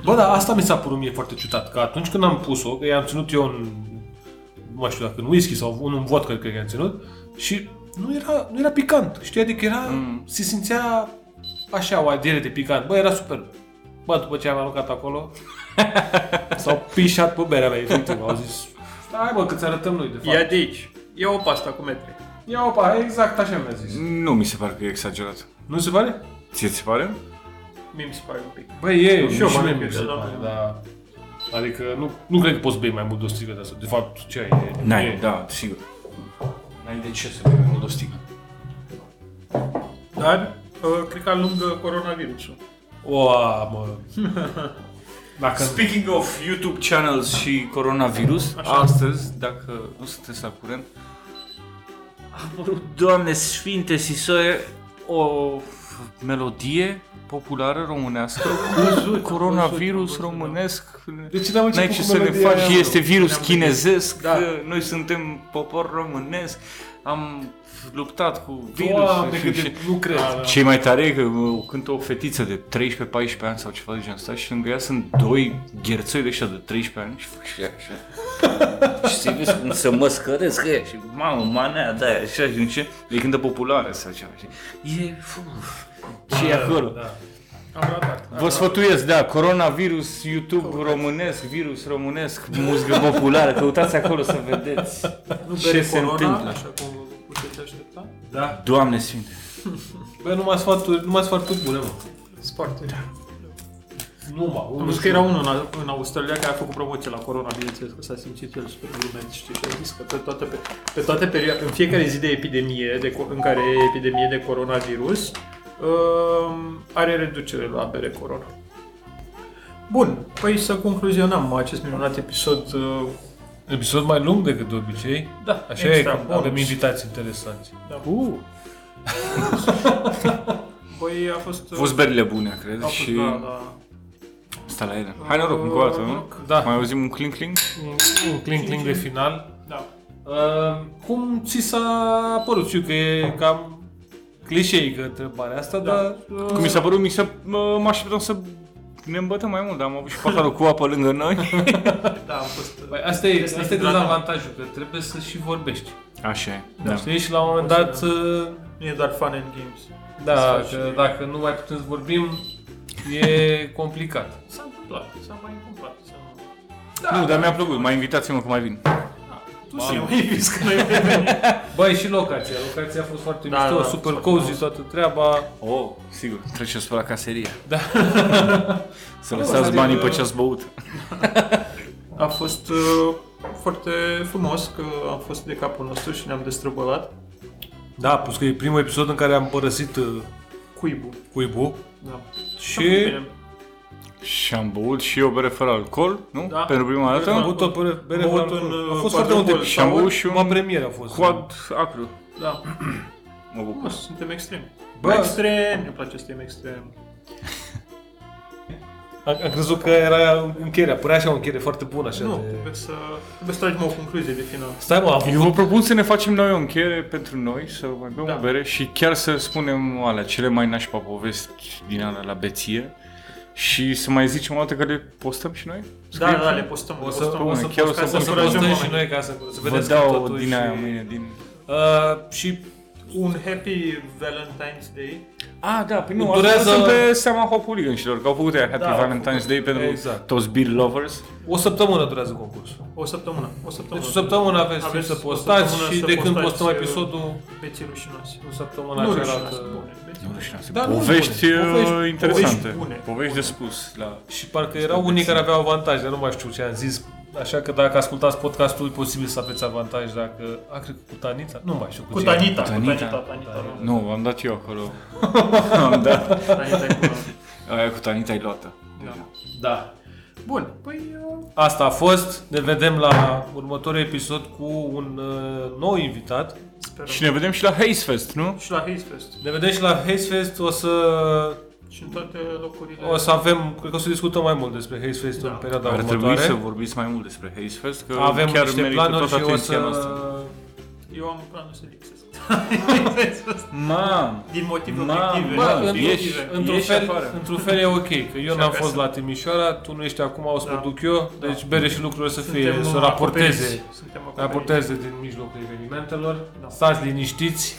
Bă, dar asta mi s-a părut mie foarte ciudat, că atunci când am pus-o, că i-am ținut eu în... Nu mai știu dacă în whisky sau în un vodka, cred că i-am ținut, și nu era, nu era picant, știi? Adică era... Mm. Se simțea așa o adiere de picant. Bă, era super. Bă, după ce am aruncat acolo, s-au pișat pe berea mea, efectiv. Au zis, hai mă, că ți arătăm noi, de fapt.
Ia de aici. Ia o pasta cu metre.
Ia opa, exact așa mi-a zis.
Nu mi se pare că e exagerat.
Nu se pare?
Ție ți se pare?
Mie mi se pare un pic.
Băi, e,
și
și
eu
eu
m-am
mie mi
gândit,
se
da,
pare,
da.
dar... Adică nu, nu cred că poți bei mai mult de o strigă de asta. De fapt, ce ai? e-
N-ai,
e-
da, sigur. N-ai de ce să bem mult o sticlă.
Dar uh, cred că alungă coronavirusul.
O, mă. Dacă...
Speaking of YouTube channels și coronavirus, Așa. astăzi, dacă nu sunteți la curent, a apărut, Doamne Sfinte Sisoie, o melodie populară românească cu coronavirus românesc.
De ce Deci n-am
N-ai
început
ce
cu
să ne
melodia
faci,
aia, mă?
este virus
Ne-am
chinezesc,
Da.
că noi suntem popor românesc, am luptat cu virus.
Doamne, cât de... Nu cred.
Cei mai tare e că mă, cântă o fetiță de 13-14 ani sau ceva de genul ăsta și lângă ea sunt doi gherțoi de ăștia de 13 ani și fac și ea așa. și se vezi cum să măscăresc ăia și mamă, manea de aia, așa și nu știu. Le cântă populară sau ceva. Și e, uf, ce e acolo?
Da.
Am ratat.
Vă sfătuiesc, da, coronavirus, YouTube românesc, virus românesc, muzică populară, căutați acolo să vedeți
Nu
ce
bere
se
corona,
întâmplă.
așa cum vă puteți aștepta.
Da.
Doamne Sfinte!
Bă, numai sfaturi, numai sfaturi bune, mă.
Sparte.
Numai.
Am
unul
văzut că
și-
era unul în, în Australia care a făcut promoție la corona, bineînțeles că s-a simțit el super lume, știi, și a zis că pe toată, pe, pe toată perioada, în fiecare zi de epidemie, de, co- în care e epidemie de coronavirus, um, are reducere la bere corona. Bun, păi să concluzionăm acest minunat episod. uh,
Episod mai lung decât de obicei.
Da,
Așa e, că
bonus. Da.
avem invitați interesanți.
Uh.
Păi a fost...
Au fost berile bune, cred,
a fost,
și...
da, da.
Sta la ele. Hai noroc încă o dată, nu?
Da.
Mai auzim un clink-clink?
Un- Un cling-cling de final.
da.
Uh, cum ți s-a părut? Știu că e cam clișeică întrebarea asta,
Da.
dar... uh,
Cum mi s-a părut, mi s-a, mă, mă așteptam să ne îmbătăm mai mult, dar am avut și paharul cu apă lângă noi.
Da, am fost...
Păi asta e,
Este
asta e
hidratat.
dezavantajul, că trebuie să și vorbești.
Așa e,
Da.
da.
Știi? Și la un moment dat, uh,
Nu e doar fun and games.
da,
Să
că
faci-
dacă nu mai putem să vorbim, e complicat.
S-a întâmplat, s-a mai întâmplat. S-a...
Nu, dar mi-a plăcut, mai invitați-mă că mai vin.
Tu să mai vezi că noi mai venim.
Băi, și locația. Locația a fost foarte
Da,
mișto,
da,
super
foarte
cozy
frumos.
toată treaba.
Oh, sigur, treceți pe la caserie.
Da.
Să
Nu,
lăsați
adică-
banii pe ce ați băut.
A fost uh, foarte frumos că am fost de capul nostru și ne-am destrăbălat.
Da, plus că e primul episod în care am părăsit uh,
Cuibul.
cuibul
Da.
și
Și am băut și eu bere fără alcool, nu?
Da.
Pentru prima
am
dată.
avut o bere, bere
Am avut
fără
un,
alcool.
uh,
A fost foarte multe
quadruple
episoade.
și am avut și un
Prima premieră a fost.
Quad acru.
Da.
Mă
Frumos,
bucur.
suntem extremi.
Bă.
Extrem! Ne place să suntem extrem.
Am, am crezut că era încheierea, părea așa o încheiere foarte bună așa
Nu,
de...
trebuie să, trebuie să tragem o concluzie de final.
Stai mă, am
Eu
făcut...
vă propun să ne facem noi o încheiere pentru noi, să mai bem
Da.
da. o bere și chiar să spunem alea cele mai nașpa povesti din alea la beție și să mai zicem o dată că le postăm și noi?
Da, da, le postăm.
O
le
să,
postăm.
o să,
chiar o
ca
să
să
încurajăm
postăm și
oamenii.
noi ca să, să
Vă
vedeți că
dau
totuși-
din aia mâine, din...
Uh, și
un happy Valentine's Day.
Ah, da, păi nu,
Durează-
durează... sunt pe seama hopuliganșilor, că au făcut aia Happy
Da, au
Valentine's Day pentru
Exact.
toți beer lovers.
O săptămână durează concursul.
O săptămână. O săptămână.
Deci o săptămână aveți,
Aveți
aveți să
o
postați
săptămână
și
să
de când
postați,
postăm
uh,
episodul,
Beții rușinoase.
în săptămâna
Nu rușinoase,
cealaltă.
bune. beții
Nu știu, se
Da, nu,
povești,
bune,
uh,
povești-
interesante.
povești bune,
povești
bune.
de spus. da. La...
Și parcă erau unii care aveau avantaj, dar nu mai știu ce am zis. Așa că dacă ascultați podcastul, e posibil să aveți avantaj dacă... A, cred că cu Tanita? Nu mai știu cu,
Cu
cine.
Tanita, cu
Tanita.
Tanita, Tanita. da. nu.
Nu, am dat eu acolo. am dat.
Tanita e bună.
Aia cu Tanita e luată.
Da.
Da.
Bun, păi uh,
Asta a fost. Ne vedem la următorul episod cu un uh, nou invitat.
sperăm.
Și ne vedem și la Haze Fest, nu?
Și la Hazefest.
Ne vedem și la Hazefest. O să,
Și în toate locurile.
o să avem... Cred că o să discutăm mai mult despre Hazefest
Da.
în perioada
Ar trebui
următoare.
să vorbiți mai mult despre Haze Fest, că
avem
chiar
niște
merită
planuri
toată
și o
atenția
să...
noastră.
Eu am planul să lipsesc.
Mam!
Din motive
Mamă,
obiective.
bă,
din
într-
motive.
ieși-
Într-un
ieși
fel,
afară.
într-un fel e ok, că eu
Și
n-am
acasă.
fost la Timișoara, tu nu ești acum, o să
Da.
mă duc eu, deci bere și lucrurile să fie,
Suntem
să raporteze,
acoperiți. Suntem acoperiți.
raporteze din mijlocul evenimentelor,
Da.
stați liniștiți,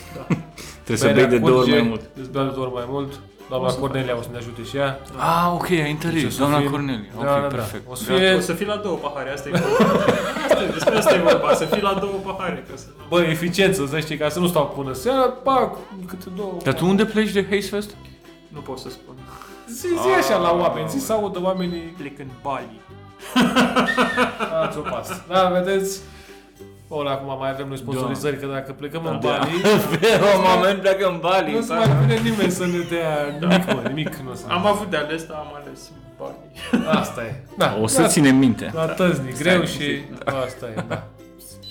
Trebuie să bei de două ori mai mult.
îți bea de două ori mai mult,
O
doamna
să
Cornelia o să ne ajute și ea.
Ah, ok, ai
Deci o
întărit.
să
Doamna
fim-
Cornelia.
Da, da,
Ok,
da.
perfect.
O să
Gata.
fie-
O să fii la două pahare, asta e vorba. Asta e- Despre asta e vorba, să fii la două pahare. Ca să nu...
Bă, eficiență, să știi, ca să nu stau până seara, pac, câte două.
Dar tu unde pleci de Haze Fest?
nu pot să spun.
Zi, zi așa la oameni, zi să audă oamenii,
Plec în Bali.
ați o pas. Da, vedeți? Ori acum mai avem noi
Da.
sponsorizări, că dacă plecăm în Bali,
Un moment pleacă în Bali.
Nu se mai vine nimeni să ne dea nimic, mă, nimic nu o să
Am avut de ales, dar am ales Bali.
Asta e. Da,
O să ținem minte.
La tăzni, greu
Stai
și asta e, da.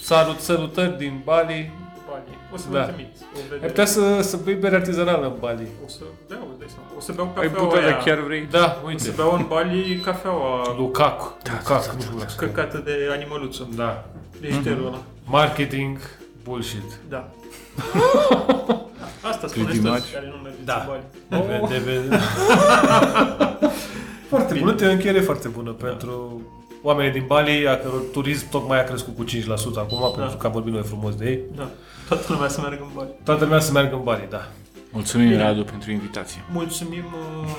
Salut, salutări din Bali.
Bali. O să
Da.
vă trimiți. O
Ai
vedere.
putea să, să bei bere artizanală în Bali.
O să beau, îți dai seama. O să beau
Ai
cafeaua
putea,
aia.
Păi dar chiar vrei?
Da,
O să
uite.
beau în Bali cafeaua
Lukaku.
Da,
Lukaku, nu cunosc.
căcată de animăluță.
Da.
Mhm.
Leșterul ăla.
Marketing, bullshit.
Da. Asta
Pretty
spuneți toți
much.
care nu mergeți
Da.
în Bali.
De- de- de- foarte bună, te încheiere foarte bună pentru oamenii din Bali, a căror turism tocmai a crescut cu 5% acum,
Da.
pentru că am vorbit noi frumos de ei.
Da. Toată lumea să meargă în Bali.
Toată lumea să meargă în Bali, da.
Mulțumim, Radu, pentru invitație.
Mulțumim uh,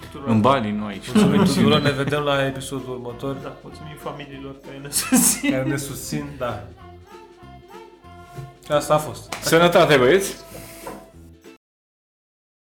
tuturor.
În Bali, nu aici.
Mulțumim tuturor, ne vedem la episodul următor.
Da, mulțumim familiilor care ne susțin.
Care ne susțin, da. Asta a fost.
Sănătate, băieți!